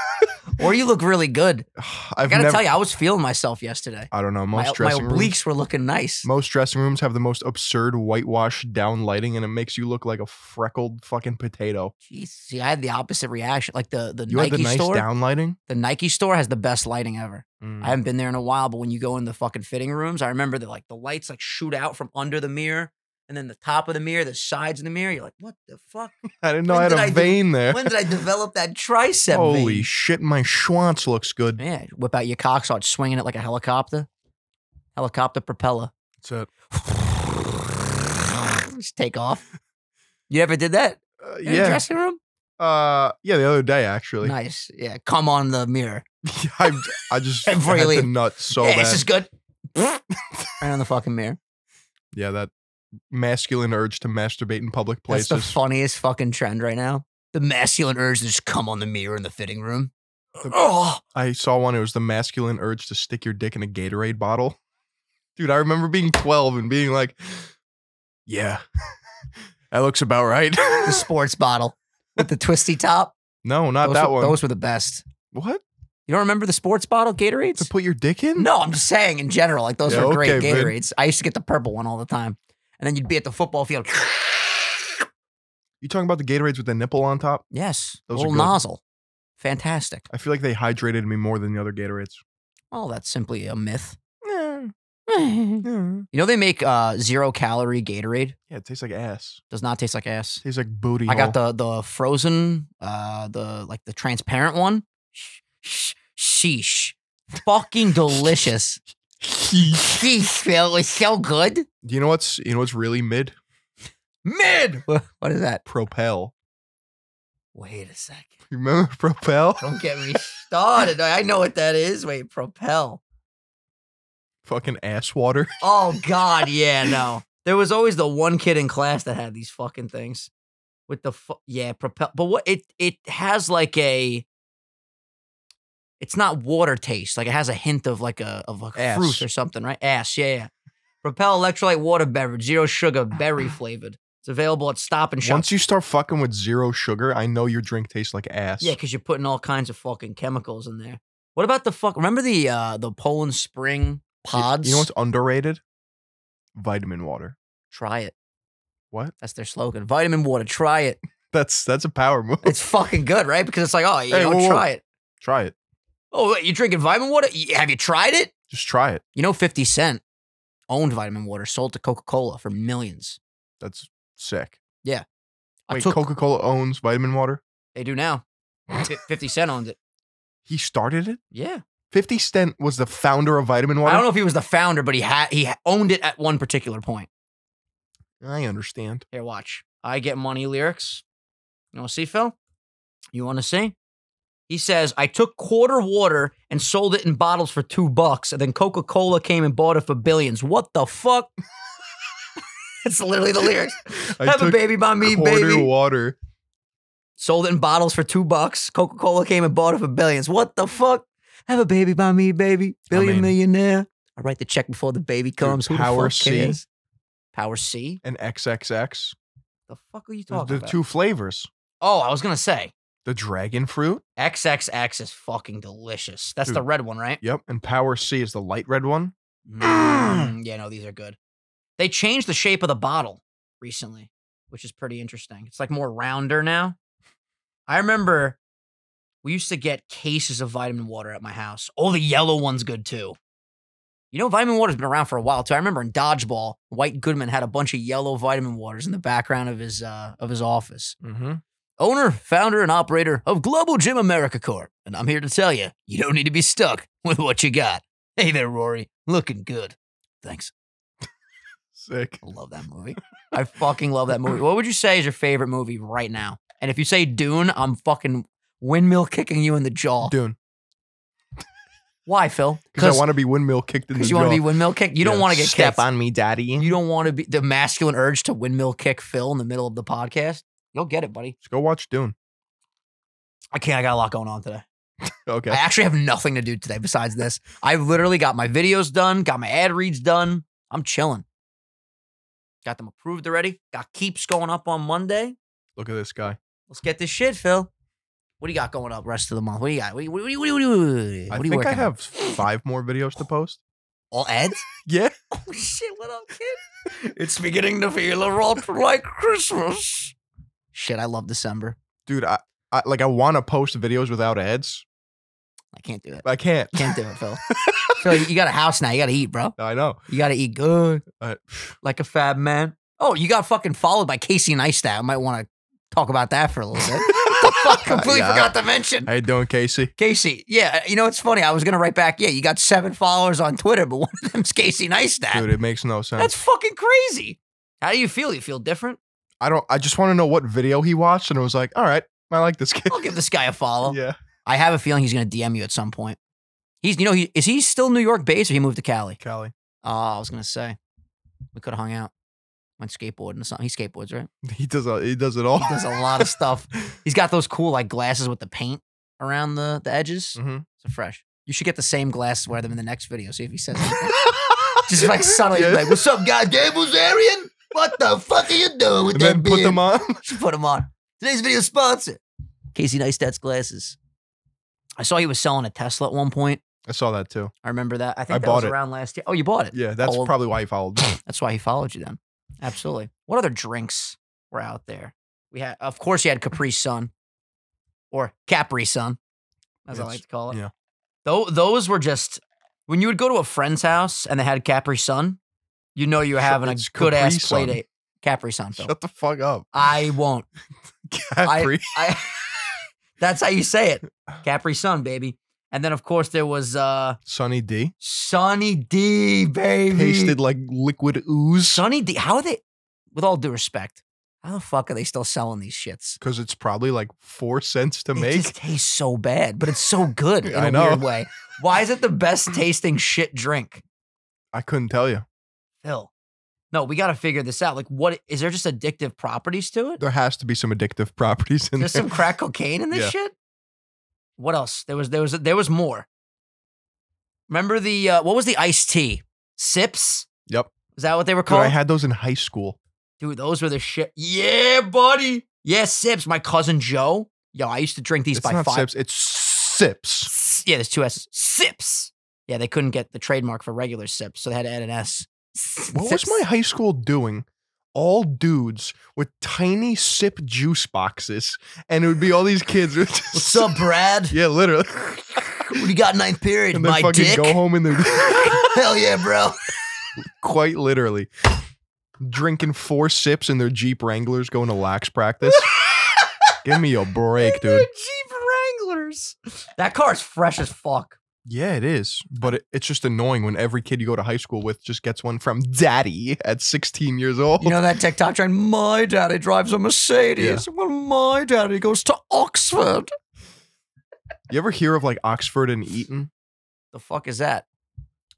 Speaker 1: Or you look really good. I
Speaker 3: I've
Speaker 1: gotta
Speaker 3: never.
Speaker 1: tell you, I was feeling myself yesterday.
Speaker 3: I don't know. Most
Speaker 1: My, my
Speaker 3: dressing rooms.
Speaker 1: obliques were looking nice.
Speaker 3: Most dressing rooms have the most absurd whitewash down lighting, and it makes you look like a freckled fucking potato.
Speaker 1: Jeez, see, I had the opposite reaction. Like the the
Speaker 3: You
Speaker 1: Nike
Speaker 3: had the nice
Speaker 1: store.
Speaker 3: down lighting.
Speaker 1: the Nike store has the best lighting ever.
Speaker 3: Mm.
Speaker 1: I haven't been there in a while, but when you go in the fucking fitting rooms, I remember that like the lights like shoot out from under the mirror and then the top of the mirror, the sides of the mirror. You're like, what the fuck?
Speaker 3: I didn't know
Speaker 1: When
Speaker 3: I had
Speaker 1: did
Speaker 3: a
Speaker 1: I do-
Speaker 3: vein there.
Speaker 1: When did I develop that tricep?
Speaker 3: Holy
Speaker 1: vein?
Speaker 3: shit, my schwanz looks good.
Speaker 1: yeah, whip out your cock, start swinging it like a helicopter, helicopter propeller.
Speaker 3: That's it.
Speaker 1: Just take off. You ever did that
Speaker 3: Uh,
Speaker 1: in a
Speaker 3: yeah.
Speaker 1: dressing room?
Speaker 3: Uh, yeah, the other day, actually.
Speaker 1: Nice. Yeah, come on the mirror.
Speaker 3: I, I just had
Speaker 1: Before you
Speaker 3: the
Speaker 1: leave.
Speaker 3: nut so
Speaker 1: yeah,
Speaker 3: bad.
Speaker 1: this is good. right on the fucking mirror.
Speaker 3: yeah, that masculine urge to masturbate in public places.
Speaker 1: That's the funniest fucking trend right now. The masculine urge to just come on the mirror in the fitting room. Oh,
Speaker 3: I saw one. It was the masculine urge to stick your dick in a Gatorade bottle. Dude, I remember being 12 and being like, yeah, that looks about right.
Speaker 1: the sports bottle with the twisty top.
Speaker 3: no, not
Speaker 1: those
Speaker 3: that
Speaker 1: were,
Speaker 3: one.
Speaker 1: Those were the best.
Speaker 3: what?
Speaker 1: You don't remember the sports bottle
Speaker 3: To
Speaker 1: Gatorades?
Speaker 3: put your dick in?
Speaker 1: No, I'm just saying in general. Like those
Speaker 3: Yeah,
Speaker 1: were great
Speaker 3: okay, man.
Speaker 1: Gatorades. I used to get the purple one all the time. And then you'd be at the football field.
Speaker 3: You talking about the Gatorades with the nipple on top?
Speaker 1: yes,
Speaker 3: Those are
Speaker 1: little
Speaker 3: good.
Speaker 1: nozzle. Fantastic.
Speaker 3: I feel like they hydrated me more than the other Gatorades.
Speaker 1: Well, that's simply a myth. You know they make uh, zero calorie Gatorade.
Speaker 3: Yeah, it tastes like ass.
Speaker 1: Does not taste like ass.
Speaker 3: tastes like booty.
Speaker 1: I got
Speaker 3: hole.
Speaker 1: the the frozen, uh, the like the transparent one. Sh- sh- Sheesh, fucking delicious. Sheesh, Phil, it's so good.
Speaker 3: Do you know what's you know what's really mid?
Speaker 1: Mid. Wha- What is that?
Speaker 3: Propel.
Speaker 1: Wait a second.
Speaker 3: You remember Propel?
Speaker 1: Oh. Don't get me started. I I know what that is. Wait, propel.
Speaker 3: fucking ass water.
Speaker 1: Oh God, yeah, no. There was always the one kid in class that had these fucking things with the fu- yeah propel. But what it it has like a. It's not water taste. Like it has a hint of like a of like
Speaker 3: Ass.
Speaker 1: fruit or something, right? Ass, yeah, yeah. Propel electrolyte water beverage, zero sugar, berry flavored. It's available at Stop and Shop.
Speaker 3: Once you start fucking with zero sugar, I know your drink tastes like ass.
Speaker 1: Yeah, because you're putting all kinds of fucking chemicals in there. What about the fuck? Remember the uh the Poland Spring
Speaker 3: You-
Speaker 1: pods?
Speaker 3: You know what's underrated? Vitamin water.
Speaker 1: Try it.
Speaker 3: What?
Speaker 1: That's their slogan. Vitamin water. Try it.
Speaker 3: That's that's a power move.
Speaker 1: It's fucking good, right? Because it's like, oh, you
Speaker 3: Hey,
Speaker 1: know,
Speaker 3: whoa, whoa.
Speaker 1: try it.
Speaker 3: try it.
Speaker 1: Oh, wait, you're drinking vitamin water? Y- Have you tried it?
Speaker 3: Just try it.
Speaker 1: You know, Fifty Cent owned vitamin water, sold to Coca Cola for millions.
Speaker 3: That's sick.
Speaker 1: I
Speaker 3: Wait,
Speaker 1: took-
Speaker 3: Coca Cola owns vitamin water.
Speaker 1: they do now. Fi- Fifty Cent owned it.
Speaker 3: He started it.
Speaker 1: Yeah,
Speaker 3: Fifty Cent was the founder of vitamin water.
Speaker 1: I don't know if he was the founder, but he had he ha- owned it at one particular point.
Speaker 3: I understand.
Speaker 1: Here, watch. I get money lyrics. You want to see, Phil? You want to see? He says, I took quarter water and sold it in bottles for two bucks, and then Coca Cola came and bought it for billions. What the fuck? It's literally the lyrics.
Speaker 3: I
Speaker 1: Have a
Speaker 3: took
Speaker 1: baby by me,
Speaker 3: quarter
Speaker 1: baby.
Speaker 3: water.
Speaker 1: Sold it in bottles for two bucks. Coca Cola came and bought it for billions. What the fuck? Have a baby by me, baby. Billion
Speaker 3: mean-
Speaker 1: millionaire. I write the check before the baby comes. Who
Speaker 3: Power
Speaker 1: the fuck
Speaker 3: C.
Speaker 1: cares? Power C?
Speaker 3: and XXX.
Speaker 1: The fuck are you
Speaker 3: There's
Speaker 1: talking
Speaker 3: the
Speaker 1: about?
Speaker 3: two flavors.
Speaker 1: oh, I was gonna say.
Speaker 3: The dragon fruit.
Speaker 1: XXX is fucking delicious. That's the
Speaker 3: Dude.
Speaker 1: red one, right?
Speaker 3: Yep. And Power C is the light red one.
Speaker 1: Mm, yeah, no, these are good. They changed the shape of the bottle recently, which is pretty interesting. It's like more rounder now. I remember we used to get cases of vitamin water at my house. Oh, the yellow one's good too. You know, vitamin water's been around for a while too. I remember in Dodgeball, White Goodman had a bunch of yellow vitamin waters in the background of his uh, of his office.
Speaker 3: Mm-hmm.
Speaker 1: owner, founder, and operator of Global Gym America Corp. And I'm here to tell you, you don't need to be stuck with what you got. Hey there, Rory. Looking good. Thanks.
Speaker 3: Sick.
Speaker 1: I love that movie. I fucking love that movie. What would you say is your favorite movie right now? And if you say Dune, I'm fucking windmill kicking you in the jaw.
Speaker 3: Dune.
Speaker 1: Why, Phil?
Speaker 3: Because I want to be windmill kicked in the
Speaker 1: 'cause you
Speaker 3: jaw.
Speaker 1: want to be windmill kicked. You don't
Speaker 3: Yeah.
Speaker 1: want to get
Speaker 3: Step
Speaker 1: kicked.
Speaker 3: on me, daddy.
Speaker 1: You don't want to be the masculine urge to windmill kick Phil in the middle of the podcast. You'll get it, buddy.
Speaker 3: Just go watch Dune.
Speaker 1: I can't. I got a lot going on today.
Speaker 3: Okay.
Speaker 1: I actually have nothing to do today besides this. I literally got my videos done, got my ad reads done. I'm chilling. Got them approved already. Got keeps going up on Monday.
Speaker 3: Look at this guy.
Speaker 1: Let's get this shit, Phil. What do you got going up rest of the month? What do you got? What do you, what do you, what do you, what do you,
Speaker 3: I
Speaker 1: what do you
Speaker 3: think I
Speaker 1: working on?
Speaker 3: have five more videos to post.
Speaker 1: all ads.
Speaker 3: Yeah.
Speaker 1: oh shit! What up, kid? it's beginning to feel a lot like Christmas. Shit, I love December.
Speaker 3: Dude, I, I like I want to post videos without ads.
Speaker 1: I can't do it.
Speaker 3: I can't.
Speaker 1: Can't do it, Phil. Phil, you got a house now. You got to eat, bro.
Speaker 3: I know.
Speaker 1: You got to eat good.
Speaker 3: Uh,
Speaker 1: like a fab man. Oh, you got fucking followed by Casey Neistat. I might want to talk about that for a little bit. Fuck, completely
Speaker 3: Yeah.
Speaker 1: forgot to mention.
Speaker 3: How you doing, Casey?
Speaker 1: Casey, yeah, uh, you know it's funny. I was gonna write back, yeah, you got seven followers on Twitter, but one of them's Casey Neistat.
Speaker 3: Dude, it makes no sense.
Speaker 1: That's fucking crazy. How do you feel? You feel different?
Speaker 3: I don't. I just want to know what video he watched, and it was like, all right, I like this kid.
Speaker 1: I'll give this guy a follow.
Speaker 3: yeah.
Speaker 1: I have a feeling he's gonna DM you at some point. He's, you know, he is he still New York based or he moved to Cali?
Speaker 3: Callie.
Speaker 1: Oh, I was gonna say we could have hung out, went skateboarding or something. He skateboards, right?
Speaker 3: He does. A, he does it all.
Speaker 1: He does a lot of stuff. He's got those cool like glasses with the paint around the, the edges.
Speaker 3: Mhm.
Speaker 1: So fresh. You should get the same glasses, wear them in the next video. See if he says anything. just like subtly
Speaker 3: Yeah.
Speaker 1: like, what's up, guy?
Speaker 2: Goddamn Arian? What the fuck are you doing with
Speaker 3: and
Speaker 2: that
Speaker 3: then put them on.
Speaker 1: Should put them on. Today's video sponsor. Casey Neistat's glasses. I saw he was selling a Tesla at one point.
Speaker 3: I saw that too.
Speaker 1: I remember that. I think
Speaker 3: I
Speaker 1: that was
Speaker 3: bought it.
Speaker 1: around last year. Oh, you bought it.
Speaker 3: Yeah, that's
Speaker 1: Old.
Speaker 3: probably why he followed. me.
Speaker 1: That's why he followed you then. Absolutely. What other drinks were out there? We had, of course, you
Speaker 3: Mm.
Speaker 1: had Capri Sun or Capri Sun, as I
Speaker 3: It's-
Speaker 1: like to call it.
Speaker 3: yeah.
Speaker 1: Tho- those were just when you would go to a friend's house and they had Capri Sun, you know you were
Speaker 3: Shut-
Speaker 1: having a
Speaker 3: it's
Speaker 1: good ass
Speaker 3: Capri
Speaker 1: play
Speaker 3: Sun.
Speaker 1: date. Capri Sun, Phil.
Speaker 3: Shut the fuck up.
Speaker 1: I won't.
Speaker 3: Capri.
Speaker 1: I, that's how you say it. Capri Sun, baby. And then, of course, there was uh,
Speaker 3: Sunny D.
Speaker 1: Sunny D, baby.
Speaker 3: Tasted like liquid ooze.
Speaker 1: Sonny D, how are they? With all due respect, how the fuck are they still selling these shits?
Speaker 3: Because it's probably like four cents to
Speaker 1: It
Speaker 3: make.
Speaker 1: just tastes so bad, but it's so good in
Speaker 3: I
Speaker 1: a
Speaker 3: know.
Speaker 1: weird way. Why is it the best tasting shit drink?
Speaker 3: I couldn't tell you.
Speaker 1: Phil. No, we got to figure this out. Like, what is there just addictive properties to it?
Speaker 3: There has to be some addictive properties in
Speaker 1: There's
Speaker 3: there.
Speaker 1: some crack cocaine in this
Speaker 3: Yeah.
Speaker 1: shit. What else? There was there was there was more. Remember the uh, what was the iced tea? Sips.
Speaker 3: Yep.
Speaker 1: Is that what they were
Speaker 3: Dude,
Speaker 1: called?
Speaker 3: I had those in high school.
Speaker 1: Dude, those were the shit. Yeah, buddy. Yeah, sips. My cousin Joe. Yo, I used to drink these
Speaker 3: it's
Speaker 1: by
Speaker 3: not
Speaker 1: five.
Speaker 3: sips. It's sips.
Speaker 1: S- Yeah, there's two S's. Sips. Yeah, they couldn't get the trademark for regular sips, so they had to add an S.
Speaker 3: What
Speaker 1: sips.
Speaker 3: was my high school doing? All dudes with tiny sip juice boxes, and it would be all these kids. With just,
Speaker 2: What's up, Brad?
Speaker 3: Yeah, literally.
Speaker 2: What do you got ninth period?
Speaker 3: and then
Speaker 2: My
Speaker 3: fucking
Speaker 2: dick?
Speaker 3: go home in their
Speaker 2: Hell yeah, bro.
Speaker 3: quite literally drinking four sips in their Jeep Wranglers going to lax practice. Give me a break, dude.
Speaker 1: Jeep Wranglers. That car is fresh as fuck.
Speaker 3: Yeah, it is, but it, it's just annoying when every kid you go to high school with just gets one from daddy at 16 years old.
Speaker 2: You know that TikTok trend? My daddy drives a Mercedes. Well, my daddy goes to Oxford.
Speaker 3: you ever hear of like Oxford and Eton?
Speaker 1: The fuck is that?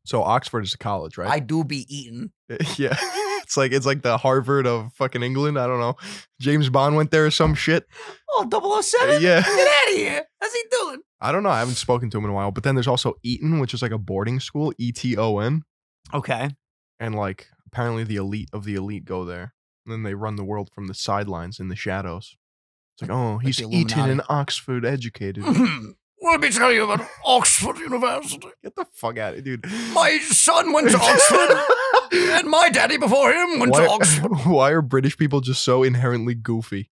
Speaker 3: So Oxford is a college, right?
Speaker 1: I do be eating.
Speaker 3: Yeah. It's like it's like the Harvard of fucking England. I don't know. James Bond went there or some shit.
Speaker 1: Oh, 007?
Speaker 3: Yeah.
Speaker 1: Get out of here. How's he doing?
Speaker 3: I don't know. I haven't spoken to him in a while. But then there's also Eton, which is like a boarding school, E T O N,
Speaker 1: Okay.
Speaker 3: and like apparently the elite of the elite go there. And then they run the world from the sidelines in the shadows. It's like, oh, he's
Speaker 1: the
Speaker 3: Eton
Speaker 1: Illuminati.
Speaker 3: and Oxford educated.
Speaker 2: Let me tell you about Oxford University.
Speaker 3: Get the fuck out of it, dude.
Speaker 2: My son went to Oxford, and my daddy before him went
Speaker 3: why,
Speaker 2: to Oxford.
Speaker 3: why are British people just so inherently goofy?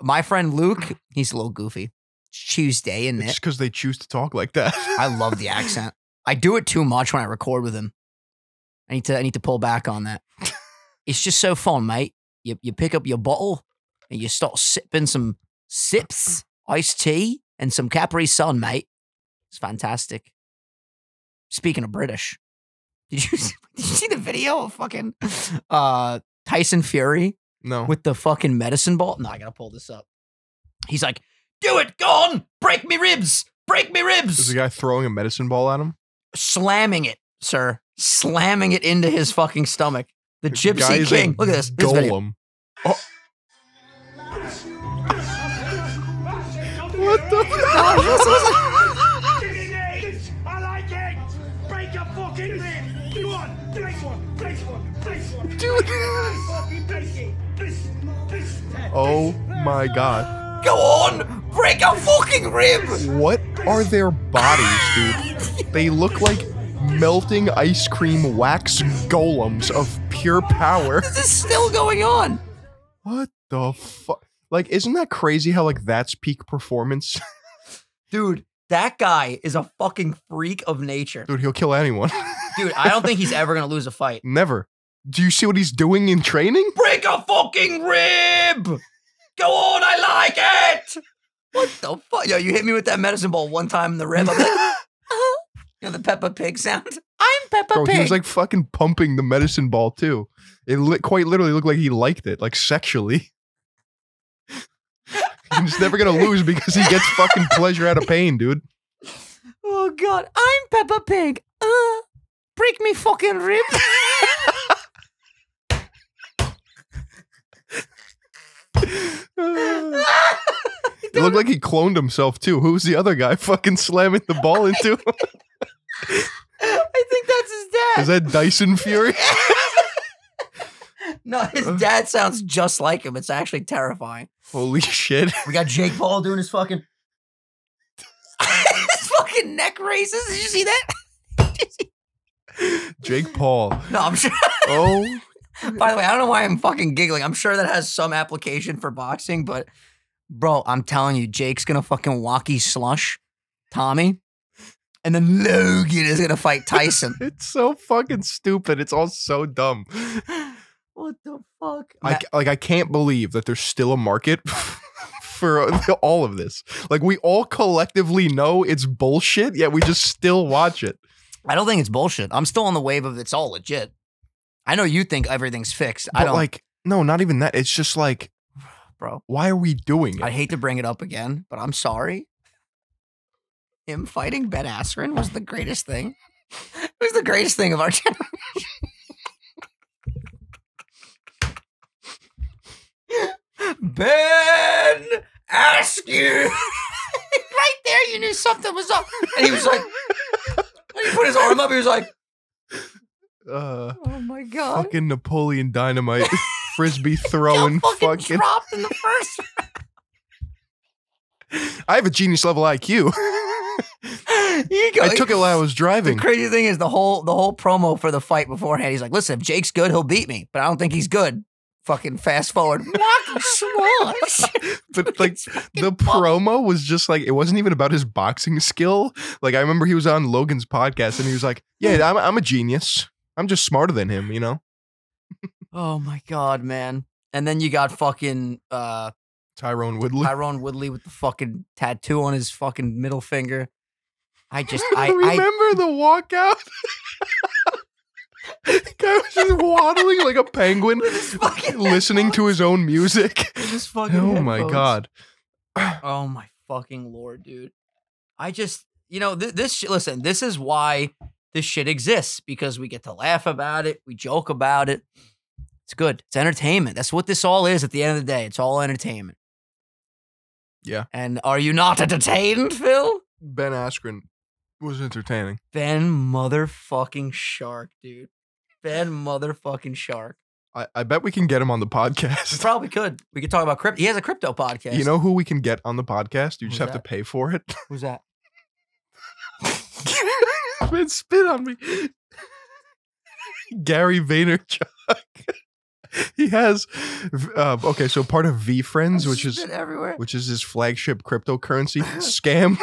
Speaker 1: My friend Luke, he's a little goofy. It's Tuesday, isn't
Speaker 3: It's
Speaker 1: it?
Speaker 3: just because they choose to talk like that.
Speaker 1: I love the accent. I do it too much when I record with him. I need to I need to pull back on that. It's just so fun, mate. You you pick up your bottle and you start sipping some sips, iced tea, and some Capri Sun, mate. It's fantastic. Speaking of British, did you did you see the video of fucking uh, Tyson Fury
Speaker 3: no.
Speaker 1: with the fucking medicine ball. No, I gotta pull this up. He's like, do it, go on, break me ribs, break me
Speaker 3: Is
Speaker 1: ribs,
Speaker 3: the guy throwing a medicine ball at him?
Speaker 1: slamming it, sir, slamming it into his fucking stomach. The
Speaker 3: Guy
Speaker 1: Gypsy
Speaker 3: is a
Speaker 1: King. Look at this. this video.
Speaker 3: Golem. Oh. what the?
Speaker 4: I like it! Break your fucking rib! Come on, place one, place one, place one!
Speaker 3: Dude.
Speaker 4: Fucking place it! Place, place,
Speaker 3: Oh my god.
Speaker 2: Go on, break a fucking rib.
Speaker 3: What are their bodies, dude? They look like melting ice cream wax golems of pure power.
Speaker 1: This is still going on.
Speaker 3: What the fuck? Like, isn't that crazy how, like, that's peak performance?
Speaker 1: Dude, that guy is a fucking freak of nature.
Speaker 3: Dude, he'll kill anyone.
Speaker 1: Dude, I don't think he's ever gonna lose a fight.
Speaker 3: Never. Do you see what he's doing in training?
Speaker 1: Break a fucking rib! Go on, I like it!
Speaker 2: What the fuck? Yo, you hit me with that medicine ball one time in the rib. I'm like, you know the Peppa Pig sound.
Speaker 1: I'm Peppa
Speaker 3: Bro,
Speaker 1: Pig.
Speaker 3: he was like fucking pumping the medicine ball too. It li- quite literally looked like he liked it, like sexually. He's never gonna lose because he gets fucking pleasure out of pain, dude.
Speaker 1: Oh God, I'm Peppa Pig. Uh, break me fucking rib.
Speaker 3: it looked like he cloned himself too. Who was the other guy fucking slamming the ball into? him?
Speaker 1: I think that's his dad.
Speaker 3: Is that Dyson Fury?
Speaker 1: no, his dad sounds just like him. It's actually terrifying.
Speaker 3: Holy shit.
Speaker 1: We got Jake Paul doing his fucking his fucking neck races. Did you see that?
Speaker 3: Jake Paul.
Speaker 1: No, I'm sure.
Speaker 3: Oh
Speaker 1: By the way, I don't know why I'm fucking giggling. I'm sure that has some application for boxing, but bro, I'm telling you, Jake's gonna fucking walkie slush Tommy, and then Logan is gonna fight Tyson.
Speaker 3: it's so fucking stupid. It's all so dumb.
Speaker 1: what the fuck?
Speaker 3: I, ca- like I can't believe that there's still a market for uh, all of this. Like we all collectively know it's bullshit, yet we just still watch it.
Speaker 1: I don't think it's bullshit. I'm still on the wave of it's all legit. I know you think everything's fixed.
Speaker 3: But
Speaker 1: I don't,
Speaker 3: like no, not even that. It's just like,
Speaker 1: Bro.
Speaker 3: why are we doing it?
Speaker 1: I hate to bring it up again, but I'm sorry. Him fighting Ben Askren was the greatest thing. It It was the greatest thing of our generation. ben Askew. right there, you knew something was up. And he was like, when he put his arm up, he was like,
Speaker 3: Uh,
Speaker 1: oh my God.
Speaker 3: fucking Napoleon Dynamite, frisbee
Speaker 1: Y'all
Speaker 3: throwing,
Speaker 1: fucking,
Speaker 3: fucking.
Speaker 1: dropped in the first.
Speaker 3: I have a genius level IQ.
Speaker 1: you go.
Speaker 3: I took it while I was
Speaker 1: The
Speaker 3: driving.
Speaker 1: crazy thing is the whole the whole promo for the fight beforehand. He's like, "Listen, if Jake's good, he'll beat me, but I don't think he's good." Fucking fast forward, Mark Swash.
Speaker 3: but like the promo was just like it wasn't even about his boxing skill. Like I remember he was on Logan's podcast and he was like, "Yeah, I'm, I'm a genius. I'm just smarter than him," you know.
Speaker 1: Oh my god, man! And then you got fucking uh,
Speaker 3: Tyrone Woodley.
Speaker 1: Tyrone Woodley with the fucking tattoo on his fucking middle finger. I just, I, I,
Speaker 3: remember the walkout. the guy was just waddling like a penguin,
Speaker 1: fucking
Speaker 3: listening to his own music.
Speaker 1: just fucking.
Speaker 3: Oh my
Speaker 1: headphones.
Speaker 3: god!
Speaker 1: Oh my fucking lord, dude! I just, you know, th- this. Sh- listen, this is why this shit exists because we get to laugh about it, we joke about it. It's good. It's entertainment. That's what this all is. At the end of the day, it's all entertainment.
Speaker 3: Yeah.
Speaker 1: And are you not entertained, Phil?
Speaker 3: Ben Askren was entertaining.
Speaker 1: Ben motherfucking Shark, dude. Ben motherfucking Shark.
Speaker 3: I, I bet we can get him on the
Speaker 1: We
Speaker 3: podcast.
Speaker 1: probably could. We could talk about crypto. He has a crypto podcast.
Speaker 3: You know who we can get on the podcast? You
Speaker 1: Who's
Speaker 3: just have to pay for it.
Speaker 1: who's that?
Speaker 3: Man, spit on me. Gary Vaynerchuk. he has uh, okay, so part of V Friends, which is
Speaker 1: Shit everywhere.
Speaker 3: which is his flagship cryptocurrency scam,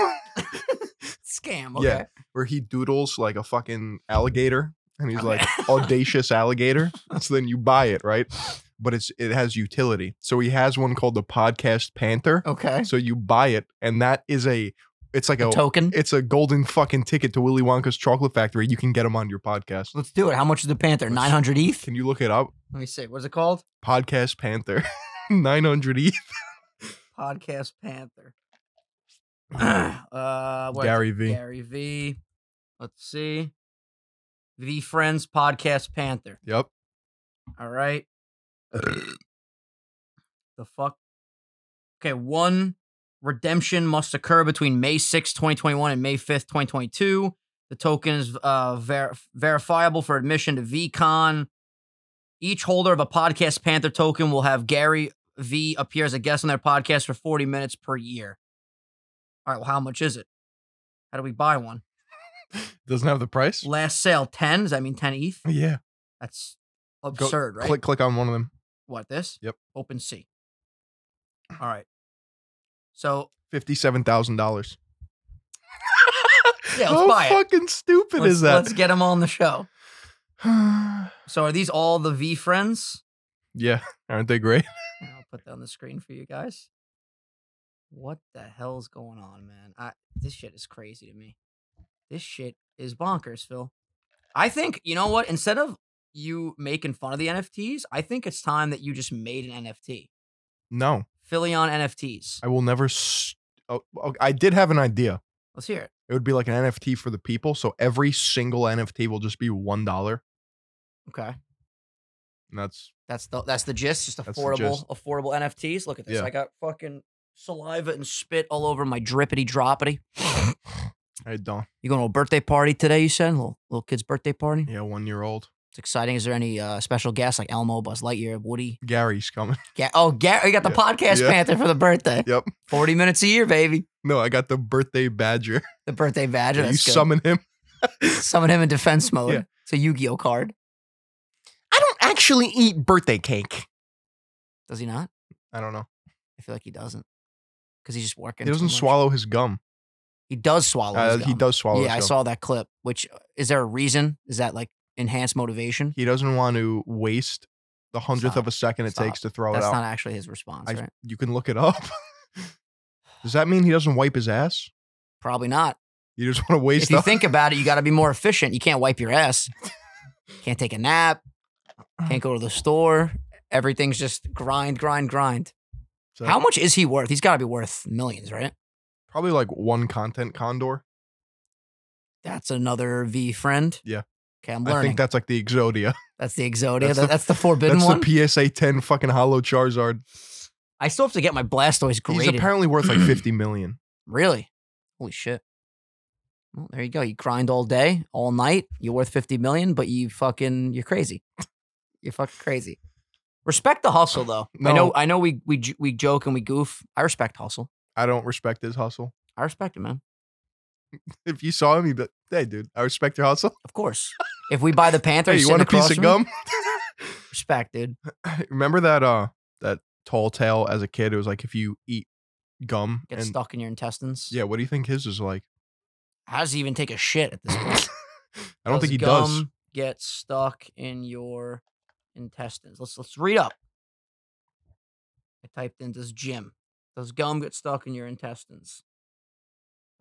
Speaker 1: Scam. Okay.
Speaker 3: Yeah. where he doodles like a fucking alligator, and he's
Speaker 1: Okay.
Speaker 3: like audacious alligator. So then you buy it, right? But it's it has utility. So he has one called the Podcast Panther.
Speaker 1: Okay.
Speaker 3: So you buy it, and that is a it's like a,
Speaker 1: Token.
Speaker 3: it's a golden fucking ticket to Willy Wonka's Chocolate Factory. You can get him on your podcast.
Speaker 1: Let's do it. How much is the Panther? Nine hundred E ETH.
Speaker 3: Can you look it up?
Speaker 1: Let me see. What's it called?
Speaker 3: Podcast Panther, E. 900 ETH.
Speaker 1: Podcast Panther. uh, what is
Speaker 3: Gary
Speaker 1: it?
Speaker 3: V.
Speaker 1: Gary V. Let's see. V Friends Podcast Panther.
Speaker 3: Yep.
Speaker 1: All right. the fuck? Okay, one redemption must occur between May 6, 2021 and May 5th, 2022. The token is uh, ver- verifiable for admission to VCon. Each holder of a Podcast Panther token will have Gary V appear as a guest on their podcast for 40 minutes per year. All right, well, how much is it? How do we buy one?
Speaker 3: Doesn't have the price.
Speaker 1: Last sale 10. Does that mean 10 ETH?
Speaker 3: Yeah.
Speaker 1: That's
Speaker 3: Go-
Speaker 1: absurd, right?
Speaker 3: Click click on one of them.
Speaker 1: What this?
Speaker 3: Yep.
Speaker 1: Open C. All right. So
Speaker 3: Fifty-seven thousand dollars.
Speaker 1: yeah, let's
Speaker 3: How
Speaker 1: buy it.
Speaker 3: fucking stupid
Speaker 1: Let's,
Speaker 3: is that?
Speaker 1: let's get them on the show. So are these all the V friends?
Speaker 3: yeah, aren't they great?
Speaker 1: And I'll put that on the screen for you guys. What the hell's going on, man? I, this shit is crazy to me. This shit is bonkers, Phil. I think you know what? Instead of you making fun of the NFTs, I think it's time that you just made an NFT.
Speaker 3: No,
Speaker 1: Philly on NFTs.
Speaker 3: I will never. St- oh, oh, I did have an idea.
Speaker 1: Let's hear it.
Speaker 3: It would be like an NFT for the people. So every single NFT will just be one dollar.
Speaker 1: Okay.
Speaker 3: And that's
Speaker 1: That's the that's the gist. Just
Speaker 3: That's the
Speaker 1: affordable,
Speaker 3: gist.
Speaker 1: affordable NFTs. Look at this.
Speaker 3: Yeah.
Speaker 1: I got fucking saliva and spit all over my drippity droppity.
Speaker 3: I don't.
Speaker 1: You going to a birthday party today? You said little little kid's birthday party.
Speaker 3: Yeah, one year old
Speaker 1: It's exciting. Is there any uh, special guests like Elmo, Buzz Lightyear, Woody?
Speaker 3: Gary's coming.
Speaker 1: Ga- oh, Gary, you got the
Speaker 3: Yeah.
Speaker 1: podcast
Speaker 3: Yeah.
Speaker 1: Panther for the birthday.
Speaker 3: Yep.
Speaker 1: Forty minutes a year, baby.
Speaker 3: No, I got the birthday badger.
Speaker 1: The birthday badger.
Speaker 3: you
Speaker 1: That's good.
Speaker 3: summon him.
Speaker 1: Summon him in defense mode.
Speaker 3: Yeah.
Speaker 1: It's a Yu-Gi-Oh card.
Speaker 3: I don't actually eat birthday cake.
Speaker 1: Does he not?
Speaker 3: I don't know.
Speaker 1: I feel like he doesn't, because he's just working.
Speaker 3: He
Speaker 1: too
Speaker 3: doesn't
Speaker 1: much.
Speaker 3: swallow his gum.
Speaker 1: He does swallow.
Speaker 3: Uh,
Speaker 1: his
Speaker 3: He
Speaker 1: gum.
Speaker 3: does swallow.
Speaker 1: yeah, I
Speaker 3: his gum.
Speaker 1: saw that clip. Which uh, is there a reason? Is that like enhanced motivation?
Speaker 3: He doesn't want to waste the hundredth
Speaker 1: Stop.
Speaker 3: of a second it
Speaker 1: Stop.
Speaker 3: takes to throw
Speaker 1: That's
Speaker 3: it out.
Speaker 1: not actually his response,
Speaker 3: I-
Speaker 1: right?
Speaker 3: you can look it up. Does that mean he doesn't wipe his ass?
Speaker 1: Probably not.
Speaker 3: You just want to waste.
Speaker 1: If you
Speaker 3: the-
Speaker 1: think about it, you got to be more efficient. You can't wipe your ass. Can't take a nap. Can't go to the store. Everything's just grind, grind, grind.
Speaker 3: So,
Speaker 1: How much is he worth? He's got to be worth millions, right?
Speaker 3: Probably like one content condor.
Speaker 1: That's another V friend.
Speaker 3: Yeah.
Speaker 1: Okay, I'm
Speaker 3: I
Speaker 1: learning.
Speaker 3: think that's like the Exodia.
Speaker 1: that's the Exodia. That's
Speaker 3: that's
Speaker 1: the,
Speaker 3: the-
Speaker 1: that's the forbidden
Speaker 3: That's
Speaker 1: one.
Speaker 3: the PSA 10 fucking hollow Charizard.
Speaker 1: I still have to get my Blastoise
Speaker 3: He's
Speaker 1: graded.
Speaker 3: apparently worth like 50 million.
Speaker 1: really? Holy shit. Well, there you go. You grind all day, all night. You're worth 50 million, but you fucking, you're crazy. You're fucking crazy. Respect the hustle, though. I know.
Speaker 3: No.
Speaker 1: I know. We we j- we joke and we goof. I respect hustle.
Speaker 3: I don't respect his hustle.
Speaker 1: I respect it, man.
Speaker 3: If you saw him, you'd be like, hey, dude, I respect your hustle.
Speaker 1: Of course. If we buy the Panthers,
Speaker 3: Hey, you want a piece of gum?
Speaker 1: Respect, dude.
Speaker 3: Remember that uh that tall tale as a kid? It was like if you eat gum
Speaker 1: Get
Speaker 3: and
Speaker 1: stuck in your intestines.
Speaker 3: yeah, what do you think his is like?
Speaker 1: How does he even take a shit at this point?
Speaker 3: I don't
Speaker 1: Does
Speaker 3: think he does.
Speaker 1: gum Get stuck in your intestines. Let's let's read up. I typed in does Jim. Does gum get stuck in your intestines?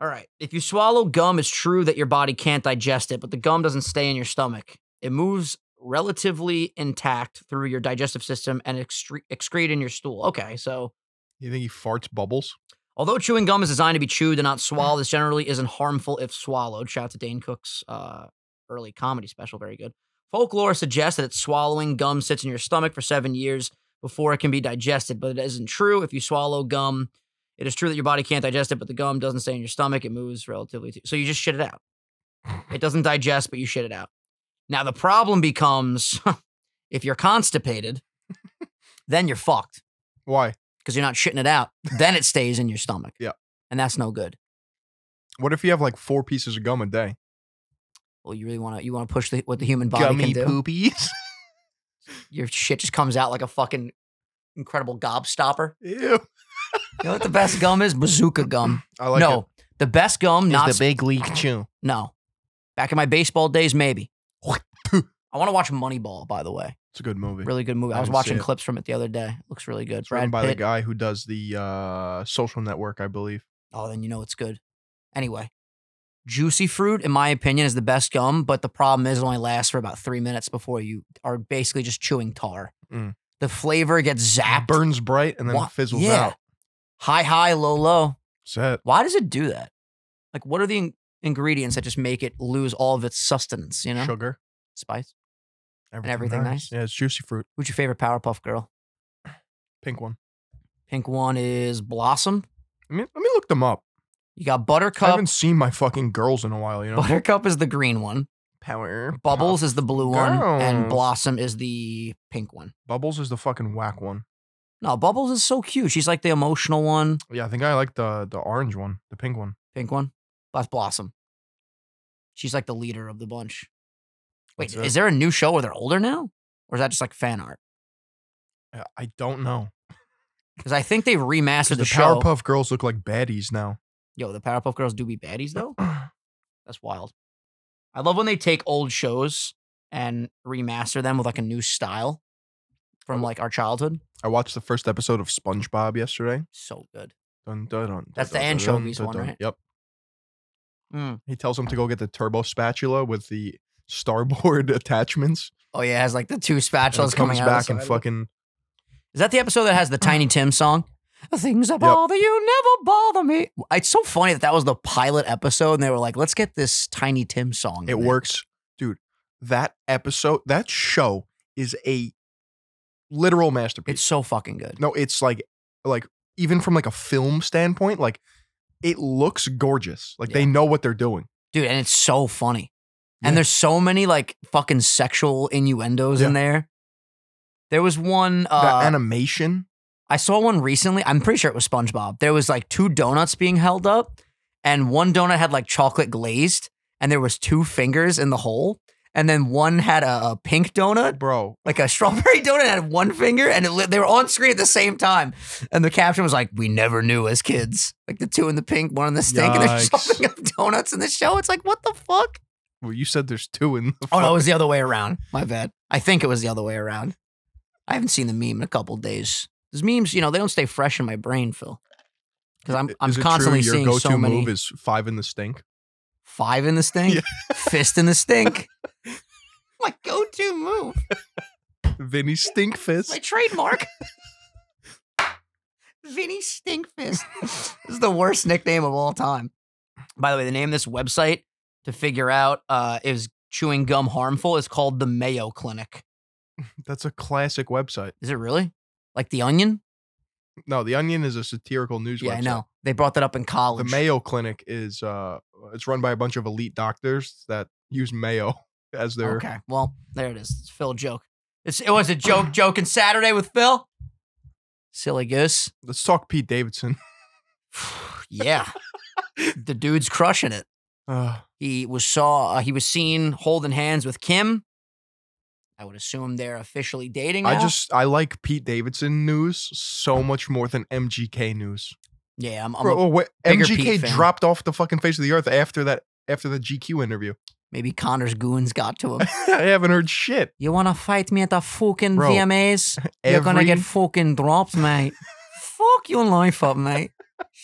Speaker 1: All right. If you swallow gum, it's true that your body can't digest it, but the gum doesn't stay in your stomach. It moves relatively intact through your digestive system and excre- excrete in your stool. Okay, so
Speaker 3: You think he farts bubbles?
Speaker 1: Although chewing gum is designed to be chewed and not swallowed, this generally isn't harmful if swallowed. Shout out to Dane Cook's uh, early comedy special. Very good. Folklore suggests that it's swallowing gum sits in your stomach for seven years before it can be digested, but it isn't true. If you swallow gum, it is true that your body can't digest it, but the gum doesn't stay in your stomach. It moves relatively. Too- so you just shit it out. It doesn't digest, but you shit it out. Now, the problem becomes if you're constipated, then you're fucked
Speaker 3: Why?
Speaker 1: because you're not shitting it out, then it stays in your stomach.
Speaker 3: Yeah.
Speaker 1: And that's no good.
Speaker 3: What if you have like four pieces of gum a day?
Speaker 1: Well, you really want to you want to push the, what the human body can do.
Speaker 3: poopies.
Speaker 1: Your shit just comes out like a fucking incredible gobstopper.
Speaker 3: Ew.
Speaker 1: You know what the best gum is? Bazooka gum.
Speaker 3: I like
Speaker 1: Um, no, the best gum,
Speaker 3: it.
Speaker 1: not
Speaker 3: It's big league chew.
Speaker 1: no. Back in my baseball days, maybe. I want to watch Moneyball. By the way,
Speaker 3: It's a good movie.
Speaker 1: really good movie. I,
Speaker 3: I
Speaker 1: was
Speaker 3: didn't see
Speaker 1: watching
Speaker 3: it.
Speaker 1: clips from it the other day. Looks really good.
Speaker 3: It's written
Speaker 1: Brad
Speaker 3: by the
Speaker 1: Pitt.
Speaker 3: guy who does the uh, social network, I believe.
Speaker 1: Oh, then you know it's good. Anyway, juicy fruit, in my opinion, is the best gum, but the problem is it only lasts for about three minutes before you are basically just chewing tar.
Speaker 3: Mm.
Speaker 1: The flavor gets zapped.
Speaker 3: Burns bright and then
Speaker 1: Wha-
Speaker 3: it fizzles
Speaker 1: yeah.
Speaker 3: out.
Speaker 1: High, high, low, low.
Speaker 3: That's it.
Speaker 1: Why does it do that? Like, what are the in- ingredients that just make it lose all of its sustenance, you know?
Speaker 3: Sugar.
Speaker 1: Spice. everything nice?
Speaker 3: Yeah, it's juicy fruit.
Speaker 1: Who's your favorite Powerpuff girl?
Speaker 3: Pink one.
Speaker 1: Pink one is Blossom.
Speaker 3: I mean, let me look them up.
Speaker 1: You got
Speaker 3: I
Speaker 1: Buttercup.
Speaker 3: haven't seen my fucking girls in a while, you know?
Speaker 1: Buttercup is the green one.
Speaker 3: Power.
Speaker 1: Bubbles is the blue one. And
Speaker 3: girls.
Speaker 1: Blossom is the pink one.
Speaker 3: Bubbles is the fucking whack one.
Speaker 1: No, Bubbles is so cute. She's like the emotional one,
Speaker 3: Yeah, I think I like the the orange one, the pink one.
Speaker 1: pink one. That's Blossom. She's like the leader of the bunch. Wait,
Speaker 3: That's it.
Speaker 1: is there a new show where they're older now? Or is that just like fan art?
Speaker 3: I- I don't know.
Speaker 1: Because I think they've remastered the,
Speaker 3: 'Cause the
Speaker 1: show.
Speaker 3: Powerpuff Girls look like baddies now.
Speaker 1: Yo, the Powerpuff Girls do be baddies though. That's wild. I love when they take old shows and remaster them with like a new style from like our childhood.
Speaker 3: I watched the first episode of SpongeBob yesterday.
Speaker 1: So good.
Speaker 3: Dun, dun, dun, dun,
Speaker 1: That's the
Speaker 3: dun, dun,
Speaker 1: anchovies
Speaker 3: dun,
Speaker 1: one,
Speaker 3: dun.
Speaker 1: right?
Speaker 3: Yep.
Speaker 1: Mm.
Speaker 3: He tells him to go get the turbo spatula with the starboard attachments.
Speaker 1: Oh yeah, it has like the two
Speaker 3: and
Speaker 1: spatulas
Speaker 3: it comes
Speaker 1: coming out. of the
Speaker 3: back and
Speaker 1: side.
Speaker 3: fucking
Speaker 1: Is that the episode that has the Tiny Tim song? The Uh-huh. Things that
Speaker 3: Yep.
Speaker 1: bother you never bother me. It's so funny that that was the pilot episode, and they were like, "Let's get this Tiny Tim song." in
Speaker 3: it
Speaker 1: there."
Speaker 3: works, dude. That episode, that show is a literal masterpiece.
Speaker 1: It's so fucking good.
Speaker 3: No, it's like like even from like a film standpoint, like it looks gorgeous. Like
Speaker 1: Yeah.
Speaker 3: they know what they're doing.
Speaker 1: dude, and it's so funny.
Speaker 3: Yeah.
Speaker 1: And there's so many like fucking sexual innuendos in there. There was one. Uh,
Speaker 3: the animation.
Speaker 1: I saw one recently. I'm pretty sure it was SpongeBob. There was like two donuts being held up, and one donut had like chocolate glazed, and there was two fingers in the hole, and then one had a, a pink donut,
Speaker 3: Bro,
Speaker 1: like a strawberry donut had one finger and it li- they were on screen at the same time. And the caption was like, We never knew as kids. Like the two in the pink, one in the stink, and they're
Speaker 3: Yikes.
Speaker 1: shoving up donuts in the show. It's like, What the fuck?
Speaker 3: well, you said there's two in the
Speaker 1: Oh, no, it
Speaker 3: fuck-
Speaker 1: was the other way around. My bad. I think it was the other way around. I haven't seen the meme in a couple days. These memes, you know, they don't stay fresh in my brain, Phil. Because I'm, I'm
Speaker 3: Is it true
Speaker 1: constantly
Speaker 3: your
Speaker 1: seeing
Speaker 3: go-to
Speaker 1: so many
Speaker 3: move is five in the stink.
Speaker 1: five in the stink, fist in the stink. my go to move.
Speaker 3: Vinny stink
Speaker 1: It's my
Speaker 3: fist.
Speaker 1: trademark. Vinny Stinkfist. this is the worst nickname of all time. By the way, the name of this website
Speaker 2: to figure out uh, is chewing gum harmful is called the Mayo Clinic.
Speaker 3: That's a classic website.
Speaker 2: Is it really?
Speaker 1: Like the Onion.
Speaker 3: No, The Onion is a satirical news
Speaker 1: Yeah,
Speaker 3: website.
Speaker 1: I know. They brought that up in
Speaker 3: The
Speaker 1: college.
Speaker 3: Mayo Clinic is uh it's run by a bunch of elite doctors that use Mayo as their
Speaker 1: Okay.
Speaker 2: Well, there it is. It's Phil joke. It's, it was a joke joking Saturday with Phil.
Speaker 1: Silly goose.
Speaker 3: let's talk Pete Davidson.
Speaker 1: yeah. the dude's crushing it.
Speaker 3: Uh,
Speaker 1: He was saw. Uh, he was seen holding hands with Kim. I would assume they're officially dating.
Speaker 3: I
Speaker 1: now.
Speaker 3: just I like Pete Davidson news so much more than MGK news.
Speaker 1: yeah. I'm, I'm
Speaker 3: Bro,
Speaker 1: a-
Speaker 3: oh, wait,
Speaker 1: bigger
Speaker 3: MGK
Speaker 1: Pete fan.
Speaker 3: dropped off the fucking face of the earth after that after the GQ interview.
Speaker 1: maybe Connor's goons got to him.
Speaker 3: I haven't heard shit.
Speaker 1: you wanna fight me at the fucking
Speaker 3: Bro,
Speaker 1: VMAs? You're gonna get fucking dropped, mate. Fuck your life up, mate.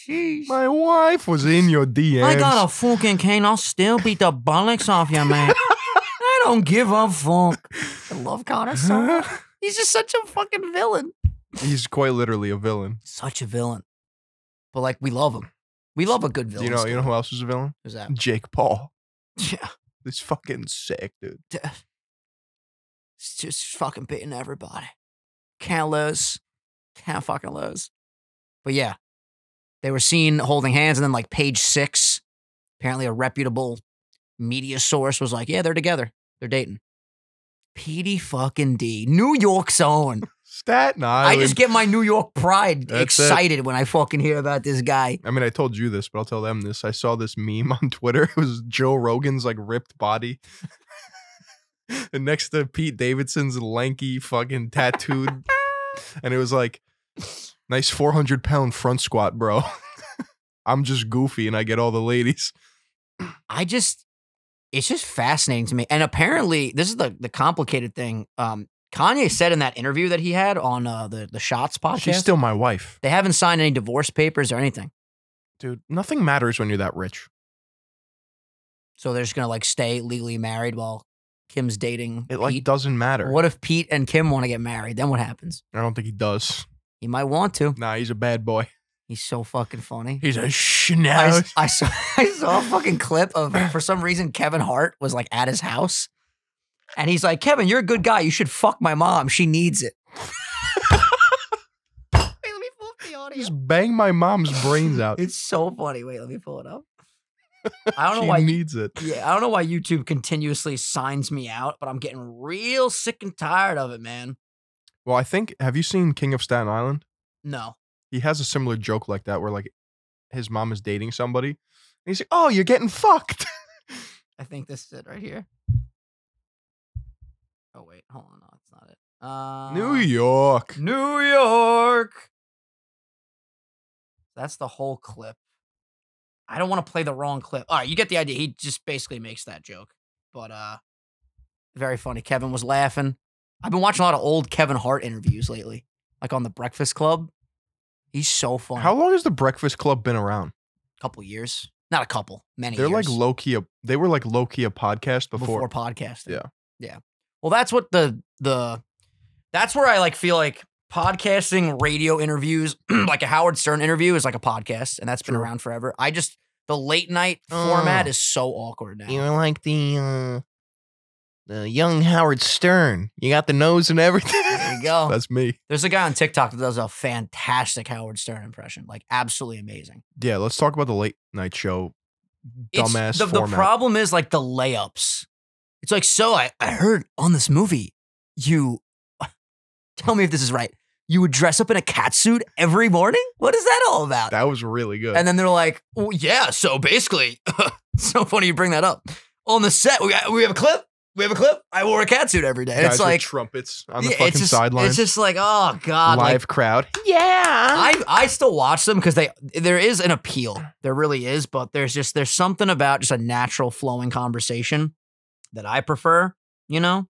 Speaker 1: Jeez.
Speaker 3: my wife was in your DMs.
Speaker 1: I got a fucking cane. I'll still beat the bollocks off you, mate. I don't give a fuck. I love Connor so much. He's just such a fucking villain.
Speaker 3: He's quite literally a villain.
Speaker 1: Such a villain. But like we love him. We love a good
Speaker 3: Do
Speaker 1: villain.
Speaker 3: you know you know who else is a villain?
Speaker 1: who's that?
Speaker 3: Jake Paul.
Speaker 1: Yeah.
Speaker 3: He's fucking sick, dude.
Speaker 1: It's just fucking beating everybody. Can't lose. Can't fucking lose. But yeah. They were seen holding hands and then like page six, apparently a reputable media source was like, Yeah, they're together. They're dating. PD fucking D. New York's own.
Speaker 3: Staten
Speaker 1: I
Speaker 3: Island.
Speaker 1: just get my New York pride
Speaker 3: That's it.
Speaker 1: excited when I fucking hear about this guy.
Speaker 3: I mean, I told you this, but I'll tell them this. I saw this meme on Twitter. It was Joe Rogan's like ripped body. and next to Pete Davidson's lanky fucking tattooed. and it was like, nice 400 pound front squat, bro. I'm just goofy and I get all the ladies.
Speaker 1: I just it's just fascinating to me. And apparently, this is the the complicated thing. Um, Kanye said in that interview that he had on uh, the the Shots podcast,
Speaker 3: She's still my wife.
Speaker 1: they haven't signed any divorce papers or anything,
Speaker 3: Dude, nothing matters when you're that rich.
Speaker 1: so they're just gonna like stay legally married while Kim's dating.
Speaker 3: It like
Speaker 1: Pete.
Speaker 3: doesn't matter.
Speaker 1: what if Pete and Kim want to get married? Then what happens?
Speaker 3: I don't think he does.
Speaker 1: He might want to.
Speaker 3: Nah, he's a bad boy.
Speaker 1: He's so fucking funny.
Speaker 3: He's a
Speaker 1: I,
Speaker 3: schnout.
Speaker 1: s- I saw I saw a fucking clip of for some reason Kevin Hart was like at his house, and he's like, "Kevin, you're a good guy. You should fuck my mom. She needs it." Wait, let me pull up the audio.
Speaker 3: Just bang my mom's brains out.
Speaker 1: It's so funny. Wait, let me pull it up. I don't know why.
Speaker 3: she needs it.
Speaker 1: yeah, I don't know why YouTube continuously signs me out, but I'm getting real sick and tired of it, man.
Speaker 3: Well, I think have you seen King of Staten Island?
Speaker 1: No,
Speaker 3: He has a similar joke like that where like his mom is dating somebody and he's like, "Oh, you're getting fucked."
Speaker 1: I think this is it right here. Oh wait, hold on, no, it's not it. Uh,
Speaker 3: New York.
Speaker 1: New York. That's the whole clip. I don't want to play the wrong clip. All right, you get the idea. He just basically makes that joke. But uh very funny. Kevin was laughing. I've been watching a lot of old Kevin Hart interviews lately, like on the Breakfast Club. He's so funny.
Speaker 3: How long has the Breakfast Club been around?
Speaker 1: couple years. Not a couple, many
Speaker 3: They're like
Speaker 1: years
Speaker 3: low key. A, they were like low key a podcast before.
Speaker 1: before podcasting.
Speaker 3: Yeah.
Speaker 1: Yeah. Well, that's what the the that's where I like feel like podcasting, radio interviews, like a Howard Stern interview is like a podcast, and that's been
Speaker 3: True.
Speaker 1: around forever. I just the late night format
Speaker 3: Oh.
Speaker 1: is so awkward now.
Speaker 3: know, like the uh, the young Howard Stern. You got the nose and everything.
Speaker 1: There you go.
Speaker 3: That's me.
Speaker 1: There's a guy on TikTok that does a fantastic Howard Stern impression, like absolutely amazing.
Speaker 3: Yeah, let's talk about the late night show.
Speaker 1: It's-
Speaker 3: Dumbass
Speaker 1: the, the
Speaker 3: format.
Speaker 1: problem is like the layups. It's like so. I, I heard on this movie, you tell me if this is right. You would dress up in a cat suit every morning. What is that all about?
Speaker 3: That was really good.
Speaker 1: And then they're like, well, yeah, so basically, so funny you bring that up. On the set, we, we have a clip. We have a clip. I wore a catsuit every day. And
Speaker 3: Guys
Speaker 1: it's like,
Speaker 3: with trumpets on the
Speaker 1: yeah,
Speaker 3: fucking
Speaker 1: it's just,
Speaker 3: sidelines.
Speaker 1: It's just like, oh, God.
Speaker 3: live
Speaker 1: Like,
Speaker 3: crowd.
Speaker 1: I, I still watch them because they there is an appeal. There really is, but there's just there's something about just a natural flowing conversation that I prefer, you know?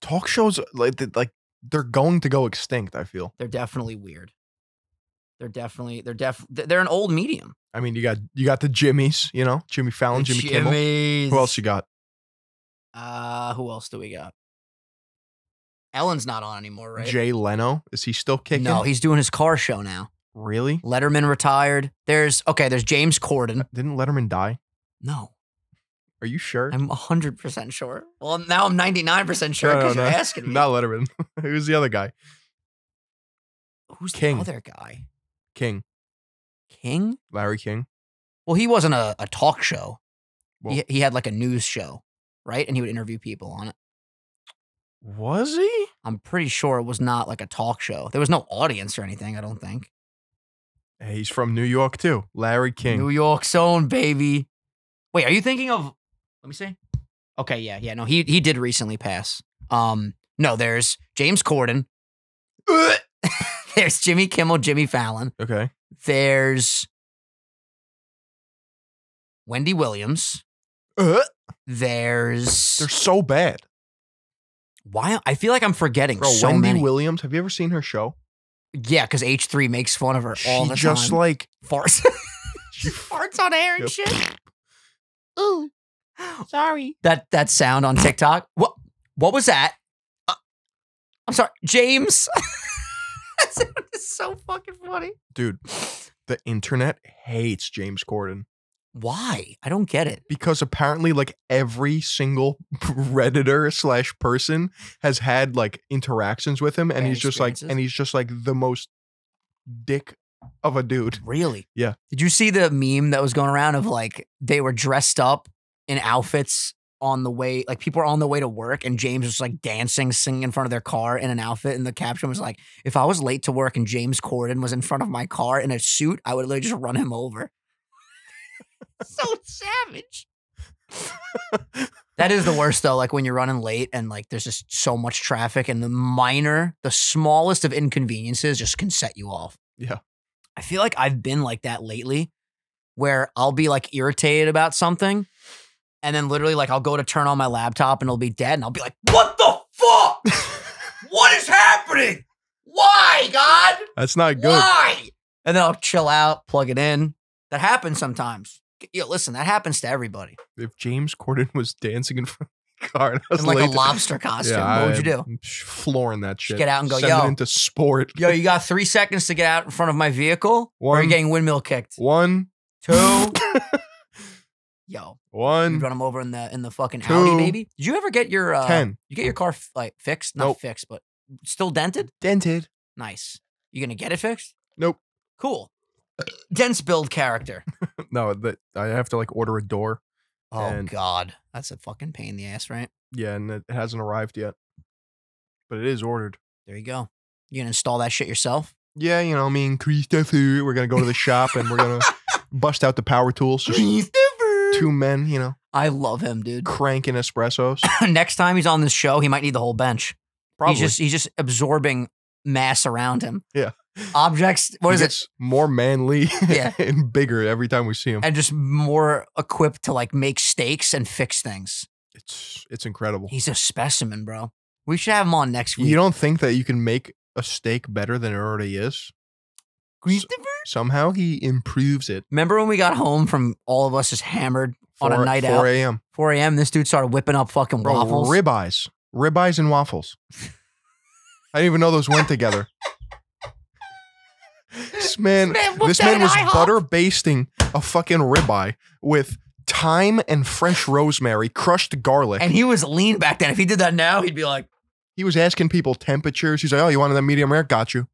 Speaker 3: talk shows like th- like they're going to go extinct. I feel.
Speaker 1: They're definitely weird. They're definitely they're def they're an old medium.
Speaker 3: I mean, you got you got the Jimmys, you know, Jimmy Fallon,
Speaker 1: The
Speaker 3: Jimmy Kimmel. Who else you got?
Speaker 1: Uh, who else do we got? Ellen's not on anymore, right?
Speaker 3: Jay Leno. Is he still kicking?
Speaker 1: no, he's doing his car show now.
Speaker 3: really
Speaker 1: Letterman retired. There's okay. There's James Corden.
Speaker 3: didn't Letterman die?
Speaker 1: No,
Speaker 3: Are you sure?
Speaker 1: I'm 100% sure. Well, now I'm 99% sure
Speaker 3: No, no,
Speaker 1: because
Speaker 3: no.
Speaker 1: you're asking me.
Speaker 3: Not Letterman. Who's the other guy?
Speaker 1: Who's
Speaker 3: King.
Speaker 1: the other guy?
Speaker 3: King.
Speaker 1: King?
Speaker 3: Larry King.
Speaker 1: Well, he wasn't a, a talk show.
Speaker 3: Well-
Speaker 1: he, he had like a news show, right? And he would interview people on it.
Speaker 3: Was he?
Speaker 1: I'm pretty sure it was not like a talk show. There was no audience or anything, I don't think.
Speaker 3: Hey, he's from New York too. Larry King.
Speaker 1: New York's own, baby. Wait, are you thinking of let me see? Okay, yeah, yeah. No, he he did recently pass. Um, no, there's James Corden. there's Jimmy Kimmel, Jimmy Fallon.
Speaker 3: okay.
Speaker 1: There's Wendy Williams.
Speaker 3: Uh,
Speaker 1: There's
Speaker 3: they're so bad.
Speaker 1: why I feel like I'm forgetting
Speaker 3: Bro,
Speaker 1: so
Speaker 3: Wendy
Speaker 1: many.
Speaker 3: Williams. Have you ever seen her show?
Speaker 1: yeah, because H three makes fun of her all
Speaker 3: she
Speaker 1: the
Speaker 3: just
Speaker 1: time.
Speaker 3: like
Speaker 1: farts. she farts on air and
Speaker 3: Yep.
Speaker 1: shit. Ooh, sorry. That that sound on TikTok. What what was that? Uh, I'm sorry, James. that sound is so fucking funny.
Speaker 3: dude, the internet hates James Corden.
Speaker 1: Why? I don't get it.
Speaker 3: because apparently like every single redditor slash person has had like interactions with him and
Speaker 1: Bad
Speaker 3: he's just like
Speaker 1: experiences?
Speaker 3: and he's just like the most dick of a dude
Speaker 1: Really?
Speaker 3: Yeah.
Speaker 1: Did you see the meme that was going around of like they were dressed up in outfits on the way, like people are on the way to work, and James was like dancing, singing in front of their car in an outfit, and the caption was like, "If I was late to work and James Corden was in front of my car in a suit, I would literally just run him over." so savage. that is the worst though. Like when you're running late and like there's just so much traffic, and the minor, the smallest of inconveniences just can set you off. I feel like I've been like that lately where I'll be like irritated about something and then literally like I'll go to turn on my laptop and it'll be dead and I'll be like, "What the fuck? what is happening? Why, God?
Speaker 3: that's not good
Speaker 1: Why?" And then I'll chill out, plug it in. That happens sometimes. Yo, listen, that happens to everybody.
Speaker 3: if james corden was dancing in front of the car and I was
Speaker 1: In like a
Speaker 3: late to-
Speaker 1: lobster costume.
Speaker 3: Yeah,
Speaker 1: what would you
Speaker 3: I'm
Speaker 1: do?
Speaker 3: sh- flooring that shit
Speaker 1: get out and go,
Speaker 3: Send it
Speaker 1: "Yo."
Speaker 3: into sport
Speaker 1: Yo, you got three seconds to get out in front of my vehicle, or
Speaker 3: One.
Speaker 1: you're getting windmill kicked.
Speaker 3: one
Speaker 1: Two. Yo, You
Speaker 3: one
Speaker 1: run them over in the in the fucking
Speaker 3: Two.
Speaker 1: Audi, baby. Did you ever get your uh,
Speaker 3: ten
Speaker 1: You get your car f- like fixed, not
Speaker 3: Nope.
Speaker 1: fixed, but still dented.
Speaker 3: dented
Speaker 1: Nice. You gonna get it fixed?
Speaker 3: Nope.
Speaker 1: Cool. Dense build character.
Speaker 3: no that i have to like order a door
Speaker 1: Oh
Speaker 3: And-
Speaker 1: God, that's a fucking pain in the ass, right?
Speaker 3: yeah and it hasn't arrived yet but it is ordered
Speaker 1: There you go. You gonna install that shit yourself?
Speaker 3: yeah, you know, me and Christopher, we're gonna go to the shop and we're gonna bust out the power tools. Just two men, you know,
Speaker 1: I love him, dude.
Speaker 3: cranking espressos.
Speaker 1: Next time he's on this show, he might need the whole bench.
Speaker 3: Probably.
Speaker 1: He's just he's just absorbing mass around him.
Speaker 3: Yeah.
Speaker 1: Objects. What is it?
Speaker 3: More manly
Speaker 1: Yeah.
Speaker 3: and bigger every time we see him.
Speaker 1: And just more equipped to like make stakes and fix things.
Speaker 3: It's it's incredible.
Speaker 1: He's a specimen, bro. We should have him on next week.
Speaker 3: You don't think that you can make a steak better than it already is?
Speaker 1: Christopher?
Speaker 3: Somehow he improves it.
Speaker 1: Remember when we got home from all of us just hammered On a
Speaker 3: Four-
Speaker 1: night out.
Speaker 3: 4 a.m.
Speaker 1: 4 a.m. This dude started whipping up fucking
Speaker 3: Bro,
Speaker 1: waffles.
Speaker 3: ribeyes. Ribeyes and waffles. I didn't even know those went together. This man,
Speaker 1: This man whooped
Speaker 3: this
Speaker 1: out
Speaker 3: man
Speaker 1: an
Speaker 3: was
Speaker 1: IHOP.
Speaker 3: butter basting a fucking ribeye with thyme and fresh rosemary, crushed garlic.
Speaker 1: and he was lean back then. If he did that now, he'd be like,
Speaker 3: he was asking people temperatures. He's like, "Oh, you wanted that medium rare? Got you.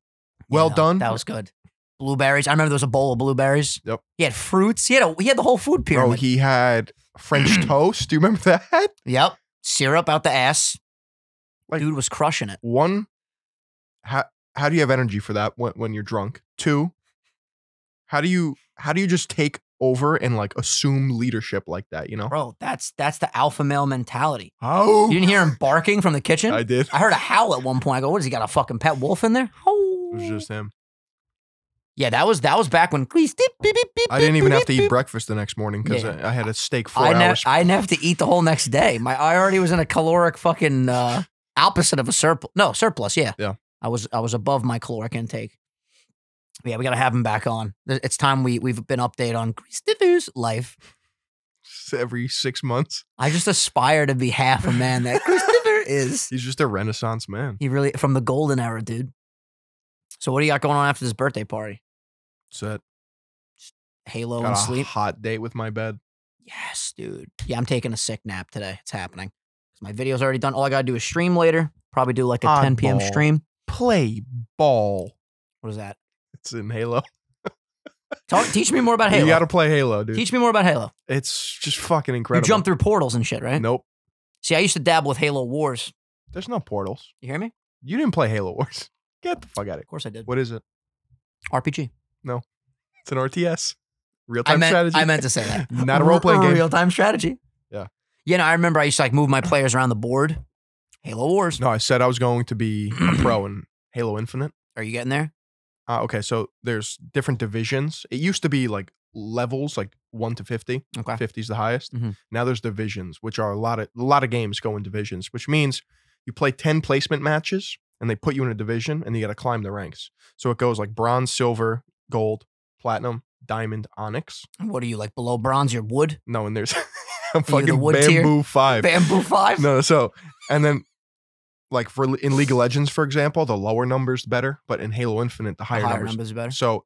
Speaker 3: Well
Speaker 1: "No,
Speaker 3: done."
Speaker 1: That was good. Blueberries. I remember there was a bowl of blueberries.
Speaker 3: Yep.
Speaker 1: He had fruits. He had a, he had the whole food
Speaker 3: Bro,
Speaker 1: pyramid.
Speaker 3: he had French toast. Do you remember that?
Speaker 1: yep. Syrup out the ass.
Speaker 3: Like-
Speaker 1: dude was crushing it.
Speaker 3: One, how how do you have energy for that when, when you're drunk? Two, how do you how do you just take over and like assume leadership like that? You know?
Speaker 1: Bro, that's that's the alpha male mentality.
Speaker 3: Oh,
Speaker 1: You didn't hear him barking from the kitchen?
Speaker 3: I did.
Speaker 1: I heard a howl at one point. I go, what has he got a fucking pet wolf in there? Oh.
Speaker 3: It was just him.
Speaker 1: yeah, that was that was back when Please, beep, beep, beep, beep,
Speaker 3: I didn't even
Speaker 1: beep,
Speaker 3: have to
Speaker 1: beep.
Speaker 3: eat breakfast the next morning because
Speaker 1: Yeah.
Speaker 3: I, I had a steak four
Speaker 1: I nev-
Speaker 3: hours.
Speaker 1: I nev to eat the whole next day. My I already was in a caloric fucking uh, opposite of a surplus. No surplus. Yeah.
Speaker 3: Yeah.
Speaker 1: I was I was above my caloric intake. Yeah, we gotta have him back on. Th- It's time we we've been updated on Christopher's life.
Speaker 3: every six months.
Speaker 1: I just aspire to be half a man that Christopher is.
Speaker 3: He's just a renaissance man.
Speaker 1: He really from the golden era, dude. So what do you got going on after this birthday party?
Speaker 3: That's it.
Speaker 1: Halo
Speaker 3: Got a
Speaker 1: and sleep.
Speaker 3: hot date with my bed.
Speaker 1: Yes, dude. Yeah, I'm taking a sick nap today. It's happening. 'Cause My video's already done. All I gotta do is stream later. Probably do like a 10 p.m.
Speaker 3: Oddball.
Speaker 1: stream.
Speaker 3: Play ball.
Speaker 1: What is that?
Speaker 3: It's in Halo.
Speaker 1: Talk. Teach me more about Halo.
Speaker 3: You got to play Halo, dude.
Speaker 1: teach me more about Halo.
Speaker 3: it's just fucking incredible.
Speaker 1: You jump through portals and shit, right?
Speaker 3: Nope.
Speaker 1: See, I used to dabble with Halo Wars.
Speaker 3: There's no portals.
Speaker 1: You hear me? Of
Speaker 3: You didn't play Halo Wars. Get the fuck out of here.
Speaker 1: course I did.
Speaker 3: What is it?
Speaker 1: RPG.
Speaker 3: It's an RTS. Real
Speaker 1: I
Speaker 3: time
Speaker 1: meant,
Speaker 3: strategy.
Speaker 1: I meant to say that.
Speaker 3: Not a role playing game.
Speaker 1: Real time strategy.
Speaker 3: Yeah.
Speaker 1: You know, I remember I used to like move my players around the board. Halo Wars.
Speaker 3: No, I said I was going to be a pro in Halo Infinite.
Speaker 1: Are you getting there?
Speaker 3: Uh, okay, so there's different divisions. It used to be like levels, like one to fifty.
Speaker 1: Okay.
Speaker 3: 50 is the highest.
Speaker 1: Mhm.
Speaker 3: Now there's divisions, which are a lot of a lot of games go in divisions, which means you play 10 placement matches and they put you in a division and you got to climb the ranks. So it goes like bronze, silver, gold, platinum, diamond, onyx.
Speaker 1: What are you like below bronze? You're wood?
Speaker 3: No, and there's
Speaker 1: You're
Speaker 3: I'm
Speaker 1: the
Speaker 3: fucking
Speaker 1: wood tier?
Speaker 3: bamboo 5.
Speaker 1: Bamboo five?
Speaker 3: No, so and then like for in League of Legends for example, the lower numbers better, but in Halo Infinite the higher,
Speaker 1: Higher,
Speaker 3: numbers.
Speaker 1: numbers are better.
Speaker 3: So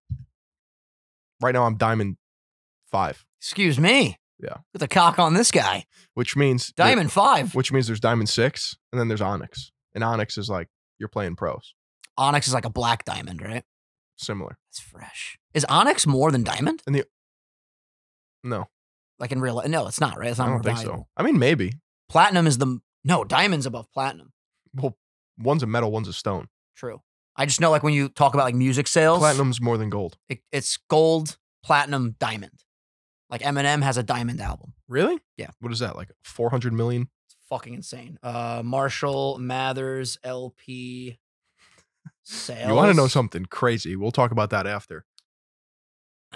Speaker 3: right now I'm diamond 5,
Speaker 1: Excuse me.
Speaker 3: Yeah.
Speaker 1: With a cock on this guy.
Speaker 3: which means that-
Speaker 1: Diamond five.
Speaker 3: which means there's diamond six and then there's onyx and onyx is like you're playing pros
Speaker 1: Onyx is like a black diamond, right?
Speaker 3: similar
Speaker 1: It's fresh. Is Onyx more than diamond?
Speaker 3: no
Speaker 1: Like in real life? No, it's not, right? It's
Speaker 3: i
Speaker 1: not more
Speaker 3: don't think
Speaker 1: valuable.
Speaker 3: so i mean maybe
Speaker 1: Platinum is the no, diamond's above platinum.
Speaker 3: well one's a metal one's a stone
Speaker 1: True. I just know like when you talk about like music sales,
Speaker 3: platinum's more than gold
Speaker 1: it, it's gold, platinum, diamond. Like Eminem has a diamond album.
Speaker 3: really
Speaker 1: Yeah.
Speaker 3: what is that like 400 million
Speaker 1: It's fucking insane. Uh, Marshall Mathers LP sales.
Speaker 3: you want to know something crazy we'll talk about that after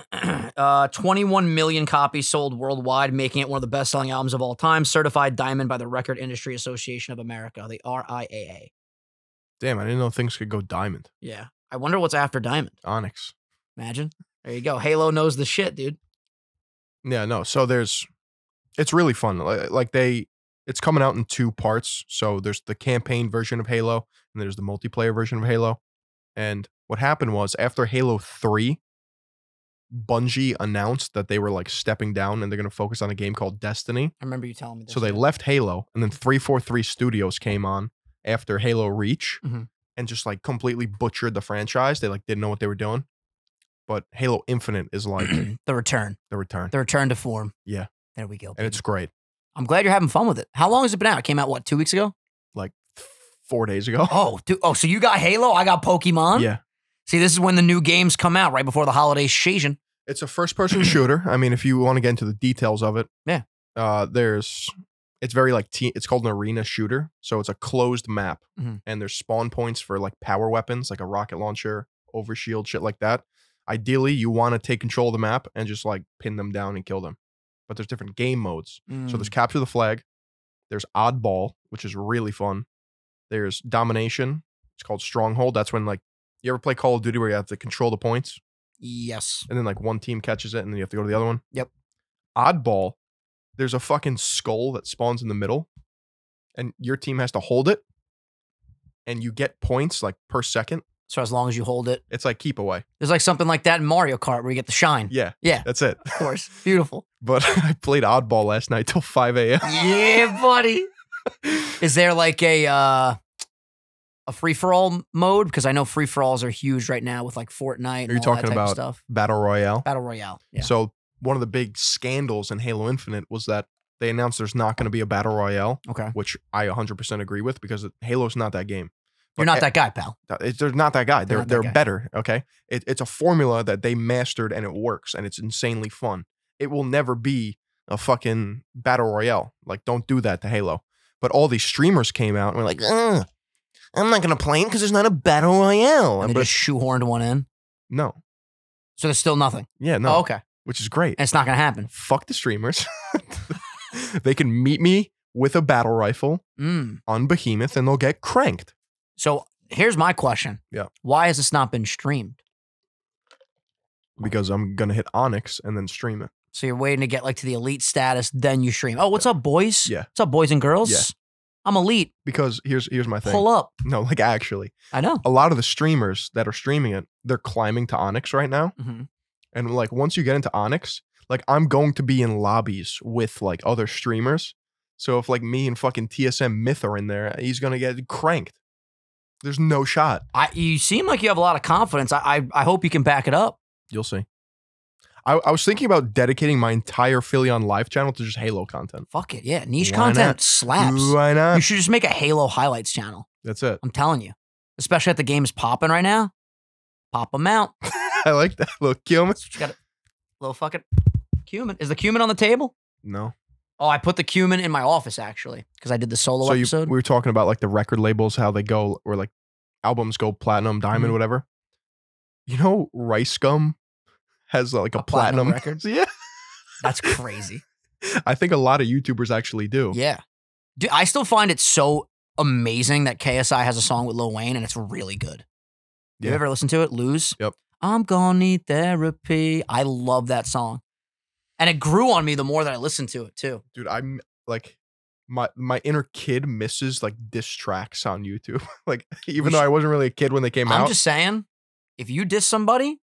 Speaker 2: uh, 21 million copies sold worldwide, making it one of the best selling albums of all time. Certified diamond by the Record Industry Association of America, the RIAA.
Speaker 3: damn i didn't know things could go diamond
Speaker 2: Yeah. I wonder what's after diamond.
Speaker 3: onyx
Speaker 2: Imagine. There you go. Halo knows the shit, dude.
Speaker 3: yeah no so there's it's really fun Li- like they it's coming out in two parts so there's the campaign version of halo and there's the multiplayer version of halo and what happened was after halo 3 bungie announced that they were like stepping down and they're going to focus on a game called destiny
Speaker 1: I remember you telling me this.
Speaker 3: so they
Speaker 1: yeah.
Speaker 3: left halo and then 343 studios came on after halo reach
Speaker 1: Mhm.
Speaker 3: and just like completely butchered the franchise they like didn't know what they were doing but halo infinite is like
Speaker 1: the return,
Speaker 3: the return
Speaker 1: the return to form.
Speaker 3: Yeah.
Speaker 1: There we go.
Speaker 3: and it's great
Speaker 1: I'm glad you're having fun with it. How long has it been out? It came out what two weeks ago?
Speaker 3: like four days ago.
Speaker 1: Oh, dude, oh, so you got Halo? I got Pokemon.
Speaker 3: Yeah.
Speaker 1: See, this is when the new games come out right before the holiday season.
Speaker 3: It's a first person shooter. I mean, if you want to get into the details of it,
Speaker 1: Yeah.
Speaker 3: Uh, there's, it's very like, te- it's called an arena shooter. So it's a closed map
Speaker 1: Mhm.
Speaker 3: and there's spawn points for like power weapons, like a rocket launcher, overshield, shit like that. Ideally, you want to take control of the map and just like pin them down and kill them. But there's different game modes. So
Speaker 1: Mm,
Speaker 3: there's capture the flag, there's oddball, which is really fun. There's domination. It's called stronghold. That's when like you ever play Call of Duty where you have to control the points.
Speaker 1: yes.
Speaker 3: and then like one team catches it and then you have to go to the other one.
Speaker 1: Yep.
Speaker 3: Oddball, there's a fucking skull that spawns in the middle and your team has to hold it and you get points like per second.
Speaker 1: So as long as you hold it,
Speaker 3: It's like keep away.
Speaker 1: there's like something like that in Mario Kart where you get the shine.
Speaker 3: Yeah.
Speaker 1: Yeah.
Speaker 3: That's it.
Speaker 1: Of course, beautiful.
Speaker 3: But I played oddball last night till 5 a.m.
Speaker 1: yeah, buddy. Is there like a uh a free for all mode? Because I know free for alls are huge right now with like Fortnite. And
Speaker 3: Are
Speaker 1: all
Speaker 3: you
Speaker 1: that
Speaker 3: talking
Speaker 1: type of
Speaker 3: about-
Speaker 1: stuff?
Speaker 3: Battle Royale.
Speaker 1: Battle Royale? Yeah.
Speaker 3: So one of the big scandals in Halo Infinite was that they announced there's not going to be a battle royale,
Speaker 1: okay.
Speaker 3: which I 100% agree with because Halo's not that game.
Speaker 1: You're not that guy, pal.
Speaker 3: Uh, It's, they're not that guy.
Speaker 1: They're
Speaker 3: They're
Speaker 1: not that
Speaker 3: they're
Speaker 1: guy.
Speaker 3: better. Okay, it, it's a formula that they mastered and it works and it's insanely fun. It will never be a fucking battle royale. Like, don't do that to Halo. But all these streamers came out and were like, Ugh, I'm not gonna play it because there's not a battle royale.
Speaker 1: And they
Speaker 3: But
Speaker 1: just shoehorned one in.
Speaker 3: no,
Speaker 1: So there's still nothing.
Speaker 3: yeah, no,
Speaker 1: Oh, okay.
Speaker 3: which is great.
Speaker 1: And it's not gonna happen.
Speaker 3: Fuck the streamers. they can meet me with a battle rifle
Speaker 1: Mm.
Speaker 3: on Behemoth and they'll get cranked.
Speaker 1: So here's my question.
Speaker 3: Yeah.
Speaker 1: Why has this not been streamed?
Speaker 3: Because I'm gonna hit Onyx and then stream it.
Speaker 1: So you're waiting to get like to the elite status, then you stream. Oh, what's up, boys?
Speaker 3: Yeah.
Speaker 1: What's up, boys and girls?
Speaker 3: Yeah.
Speaker 1: I'm elite.
Speaker 3: Because here's here's my thing.
Speaker 1: Pull up.
Speaker 3: No, like actually.
Speaker 1: I know.
Speaker 3: a lot of the streamers that are streaming it, they're climbing to Onyx right now,
Speaker 1: Mhm.
Speaker 3: And like once you get into Onyx, like I'm going to be in lobbies with like other streamers. So if like me and fucking TSM Myth are in there, he's gonna get cranked. There's no shot.
Speaker 1: I, you seem like you have a lot of confidence. I, I, I hope you can back it up.
Speaker 3: You'll see. I, I was thinking about dedicating my entire Philly on live channel to just Halo content.
Speaker 1: Fuck it. Yeah. Niche
Speaker 3: Why
Speaker 1: content
Speaker 3: not?
Speaker 1: slaps.
Speaker 3: Why
Speaker 1: You
Speaker 3: not?
Speaker 1: should just make a Halo highlights channel.
Speaker 3: That's it.
Speaker 1: I'm telling you. Especially if the game's popping right now. Pop them out.
Speaker 3: I like that. Look, Kilman.
Speaker 1: That's what you got. Little fucking cumin. Is the cumin on the table?
Speaker 3: No.
Speaker 1: Oh, I put the cumin in my office actually because I did the solo
Speaker 3: so you,
Speaker 1: episode.
Speaker 3: we were talking about like the record labels, how they go, or like albums go platinum, diamond,
Speaker 1: Mm-hmm.
Speaker 3: whatever. You know, Rice Gum has like a,
Speaker 1: A platinum
Speaker 3: record. yeah,
Speaker 1: That's crazy.
Speaker 3: I think a lot of YouTubers actually do.
Speaker 1: yeah, Dude, I still find it so amazing that KSI has a song with Lil Wayne and it's really good. You
Speaker 3: Yeah.
Speaker 1: ever listen to it? Lose.
Speaker 3: Yep.
Speaker 1: I'm gonna need therapy. I love that song, and it grew on me the more that I listened to it too.
Speaker 3: Dude, I'm like. My my inner kid misses like diss tracks on YouTube. like even though I wasn't really a kid when they came
Speaker 1: I'm
Speaker 3: out,
Speaker 1: just saying, if you diss somebody,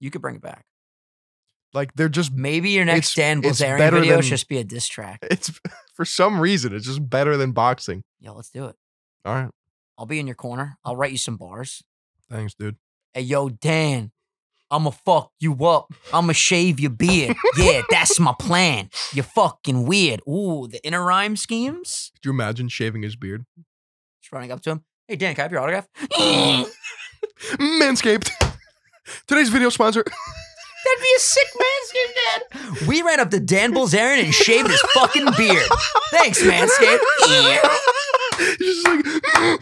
Speaker 1: you could bring it back.
Speaker 3: like they're just
Speaker 1: Maybe your next
Speaker 3: It's-
Speaker 1: Dan
Speaker 3: it's
Speaker 1: Bilzerian
Speaker 3: better
Speaker 1: video
Speaker 3: than- Eh.
Speaker 1: should just be a diss track.
Speaker 3: it's for some reason it's just better than boxing.
Speaker 1: Yo, let's do it.
Speaker 3: All right,
Speaker 1: I'll be in your corner. I'll write you some bars.
Speaker 3: thanks, dude.
Speaker 1: Hey, yo, Dan, I'ma fuck you up. I'ma shave your beard. yeah, that's my plan. You're fucking weird. Ooh, the inner rhyme schemes.
Speaker 3: Could you imagine shaving his beard?
Speaker 1: Just running up to him. Hey, Dan, can I have your autograph? That'd
Speaker 3: Manscaped. Today's video sponsor.
Speaker 1: be a sick Manscaped, Dan. We ran up to Dan Bilzerian and shaved his fucking beard. Thanks, Manscaped.
Speaker 3: He's just like,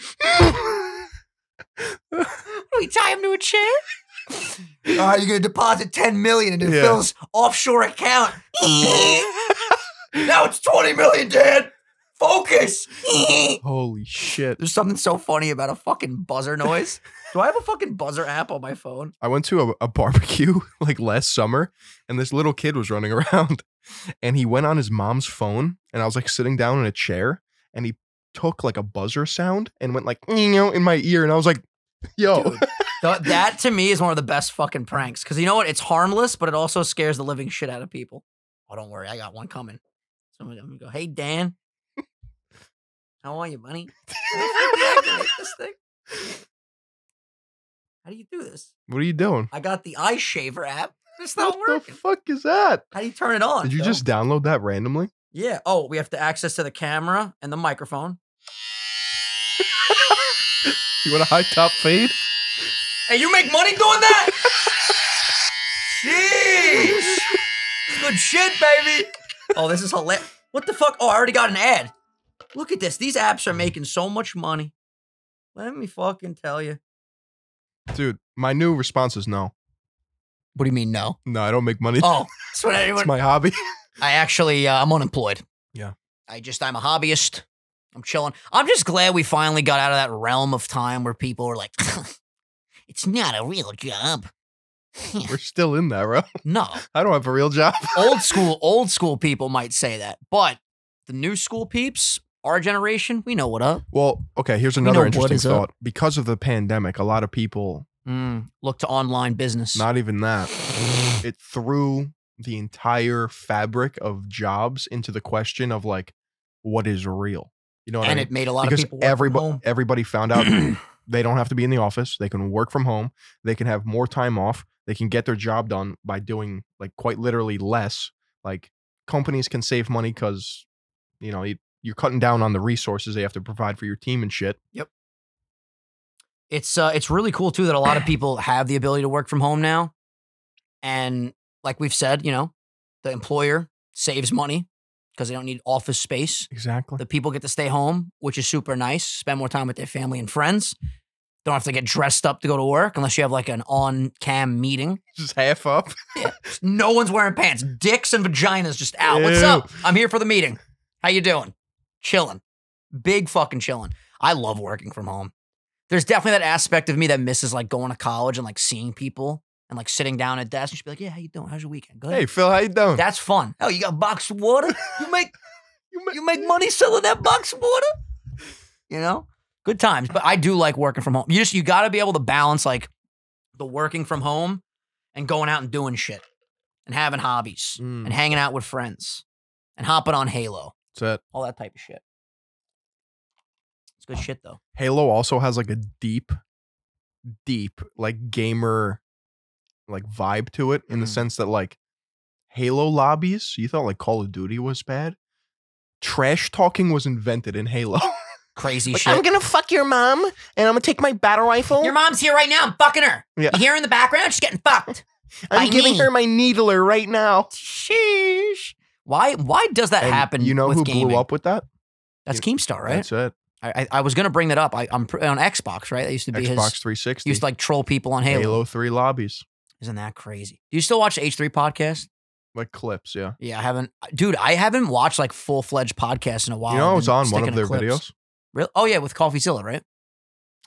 Speaker 1: we tie him to a chair. Ah, you're gonna deposit 10 million into
Speaker 3: Yeah.
Speaker 1: Phil's offshore account. now it's 20 million, Dan. Focus.
Speaker 3: holy shit.
Speaker 1: There's something so funny about a fucking buzzer noise. Do I have a fucking buzzer app on my phone?
Speaker 3: I went to a, a barbecue like last summer, and this little kid was running around, and he went on his mom's phone, and I was like sitting down in a chair, and he took like a buzzer sound and went like you know in my ear, and I was like, yo,
Speaker 1: Dude, Th- that to me is one of the best fucking pranks. Cause you know what? It's harmless, but it also scares the living shit out of people. Oh, don't worry. I got one coming. So I'm gonna I'm gonna go, hey, Dan. How are you, buddy? How do you activate this thing? How do you do this?
Speaker 3: what are you doing?
Speaker 1: I got the eye shaver app. It's not
Speaker 3: what
Speaker 1: working.
Speaker 3: the fuck is that?
Speaker 1: How do you turn it on?
Speaker 3: Did you
Speaker 1: Phil?
Speaker 3: just download that randomly?
Speaker 1: Yeah. Oh, we have to access to the camera and the microphone.
Speaker 3: You want a high top fade?
Speaker 1: Hey, you make money doing that? Jeez. It's Good shit, baby. Oh, this is hilarious. What the fuck? Oh, I already got an ad. Look at this. These apps are making so much money. Let me fucking tell you.
Speaker 3: Dude, my new response is no.
Speaker 1: What do you mean, no?
Speaker 3: No, I don't make money.
Speaker 1: Oh, that's what
Speaker 3: it's
Speaker 1: everyone.
Speaker 3: my hobby.
Speaker 1: I actually, uh, I'm unemployed.
Speaker 3: Yeah.
Speaker 1: I just, I'm a hobbyist. I'm chilling. I'm just glad we finally got out of that realm of time where people were like, it's not a real job.
Speaker 3: We're still in that, bro.
Speaker 1: No.
Speaker 3: I don't have a real job.
Speaker 1: old school, old school people might say that, but the new school peeps, our generation, we know what up.
Speaker 3: Well, okay, here's
Speaker 1: know
Speaker 3: another
Speaker 1: what
Speaker 3: interesting
Speaker 1: is up.
Speaker 3: thought. Because of the pandemic, a lot of people,
Speaker 1: Mm, look to online business.
Speaker 3: not even that, it threw the entire fabric of jobs into the question of like, what is real? You know what
Speaker 1: and
Speaker 3: I
Speaker 1: it
Speaker 3: mean?
Speaker 1: made a lot
Speaker 3: because
Speaker 1: of people. work from
Speaker 3: everybody
Speaker 1: home.
Speaker 3: everybody found out they don't have to be in the office. They can work from home. They can have more time off. They can get their job done by doing like quite literally less. Like companies can save money because you know you- you're cutting down on the resources they have to provide for your team and shit.
Speaker 1: It's uh, it's really cool too that a lot of people have the ability to work from home now, and like we've said, you know, the employer saves money because they don't need office space.
Speaker 3: Exactly.
Speaker 1: The people get to stay home, which is super nice. Spend more time with their family and friends. Don't have to get dressed up to go to work unless you have like an on cam meeting.
Speaker 3: Just half up.
Speaker 1: No one's wearing pants. Dicks and vaginas just out. What's up? I'm here for the meeting. How you doing? Chilling. Big fucking chilling. I love working from home. There's definitely that aspect of me that misses like going to college and like seeing people and like sitting down at a desk and just be like, yeah, how you doing? How's your weekend? Good.
Speaker 3: Hey Phil, how you doing?
Speaker 1: That's fun. Oh, you got a box of water? You make
Speaker 3: You ma-
Speaker 1: you make money selling that box of water. You know? Good times. But I do like working from home. You just you gotta be able to balance like the working from home and going out and doing shit and having hobbies
Speaker 3: Mm.
Speaker 1: and hanging out with friends and hopping on Halo,
Speaker 3: That's it.
Speaker 1: all that type of shit. It's good shit though.
Speaker 3: Halo also has like a deep, deep like gamer, like vibe to it in the
Speaker 1: Mm.
Speaker 3: sense that like Halo lobbies. You thought like Call of Duty was bad. Trash talking was invented in Halo.
Speaker 1: Crazy
Speaker 3: Like,
Speaker 1: shit.
Speaker 3: gonna fuck your mom, and I'm gonna take my battle rifle.
Speaker 1: Your mom's here right now. I'm fucking her.
Speaker 3: Yeah.
Speaker 1: You hear her in the background? She's getting fucked. by me.
Speaker 3: my needler right now.
Speaker 1: Sheesh. Why? Why does that
Speaker 3: And
Speaker 1: happen?
Speaker 3: You know
Speaker 1: with
Speaker 3: who
Speaker 1: gaming?
Speaker 3: blew up with that?
Speaker 1: That's Keemstar, right?
Speaker 3: That's it.
Speaker 1: I, I I was gonna bring that up. I, I'm pr- on Xbox, right? That used to be
Speaker 3: Xbox
Speaker 1: his.
Speaker 3: 360.
Speaker 1: Used to like troll people on
Speaker 3: Halo.
Speaker 1: Halo.
Speaker 3: Three lobbies,
Speaker 1: Isn't that crazy? Do you still watch H3 podcast?
Speaker 3: like clips. Yeah.
Speaker 1: Yeah, I haven't, uh, dude. I haven't watched like full fledged podcasts in a while.
Speaker 3: you know, I
Speaker 1: I've
Speaker 3: was
Speaker 1: been
Speaker 3: on one
Speaker 1: sticking
Speaker 3: of
Speaker 1: to
Speaker 3: their
Speaker 1: clips.
Speaker 3: videos.
Speaker 1: Really? Oh yeah, with CoffeeZilla, right?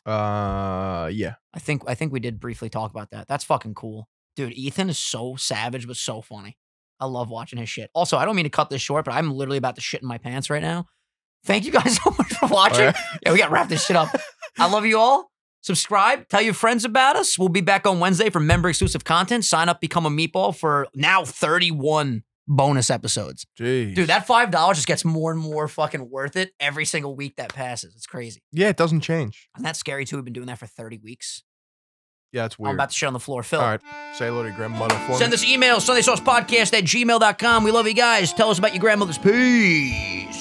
Speaker 3: Uh, yeah.
Speaker 1: I think I think we did briefly talk about that. That's fucking cool, dude. Ethan is so savage, but so funny. I love watching his shit. Also, I don't mean to cut this short, but I'm literally about to shit in my pants right now. Thank you guys so much for watching.
Speaker 3: Alright.
Speaker 1: Yeah, we got to wrap this shit up. I love you all. Subscribe, tell your friends about us. We'll be back on Wednesday for member exclusive content. Sign up, become a meatball for now 31 bonus episodes.
Speaker 3: Jeez.
Speaker 1: Dude, that $5 just gets more and more fucking worth it every single week that passes. It's crazy.
Speaker 3: Yeah, it doesn't change.
Speaker 1: Isn't that scary too? We've been doing that for 30 weeks.
Speaker 3: Yeah, it's
Speaker 1: I'm
Speaker 3: weird.
Speaker 1: about to shit on the floor. Phil.
Speaker 3: All right. Say hello to your grandmother for
Speaker 1: Send
Speaker 3: me.
Speaker 1: us email, Sunday Sauce Podcast at gmail.com. We love you guys. Tell us about your grandmother's peace.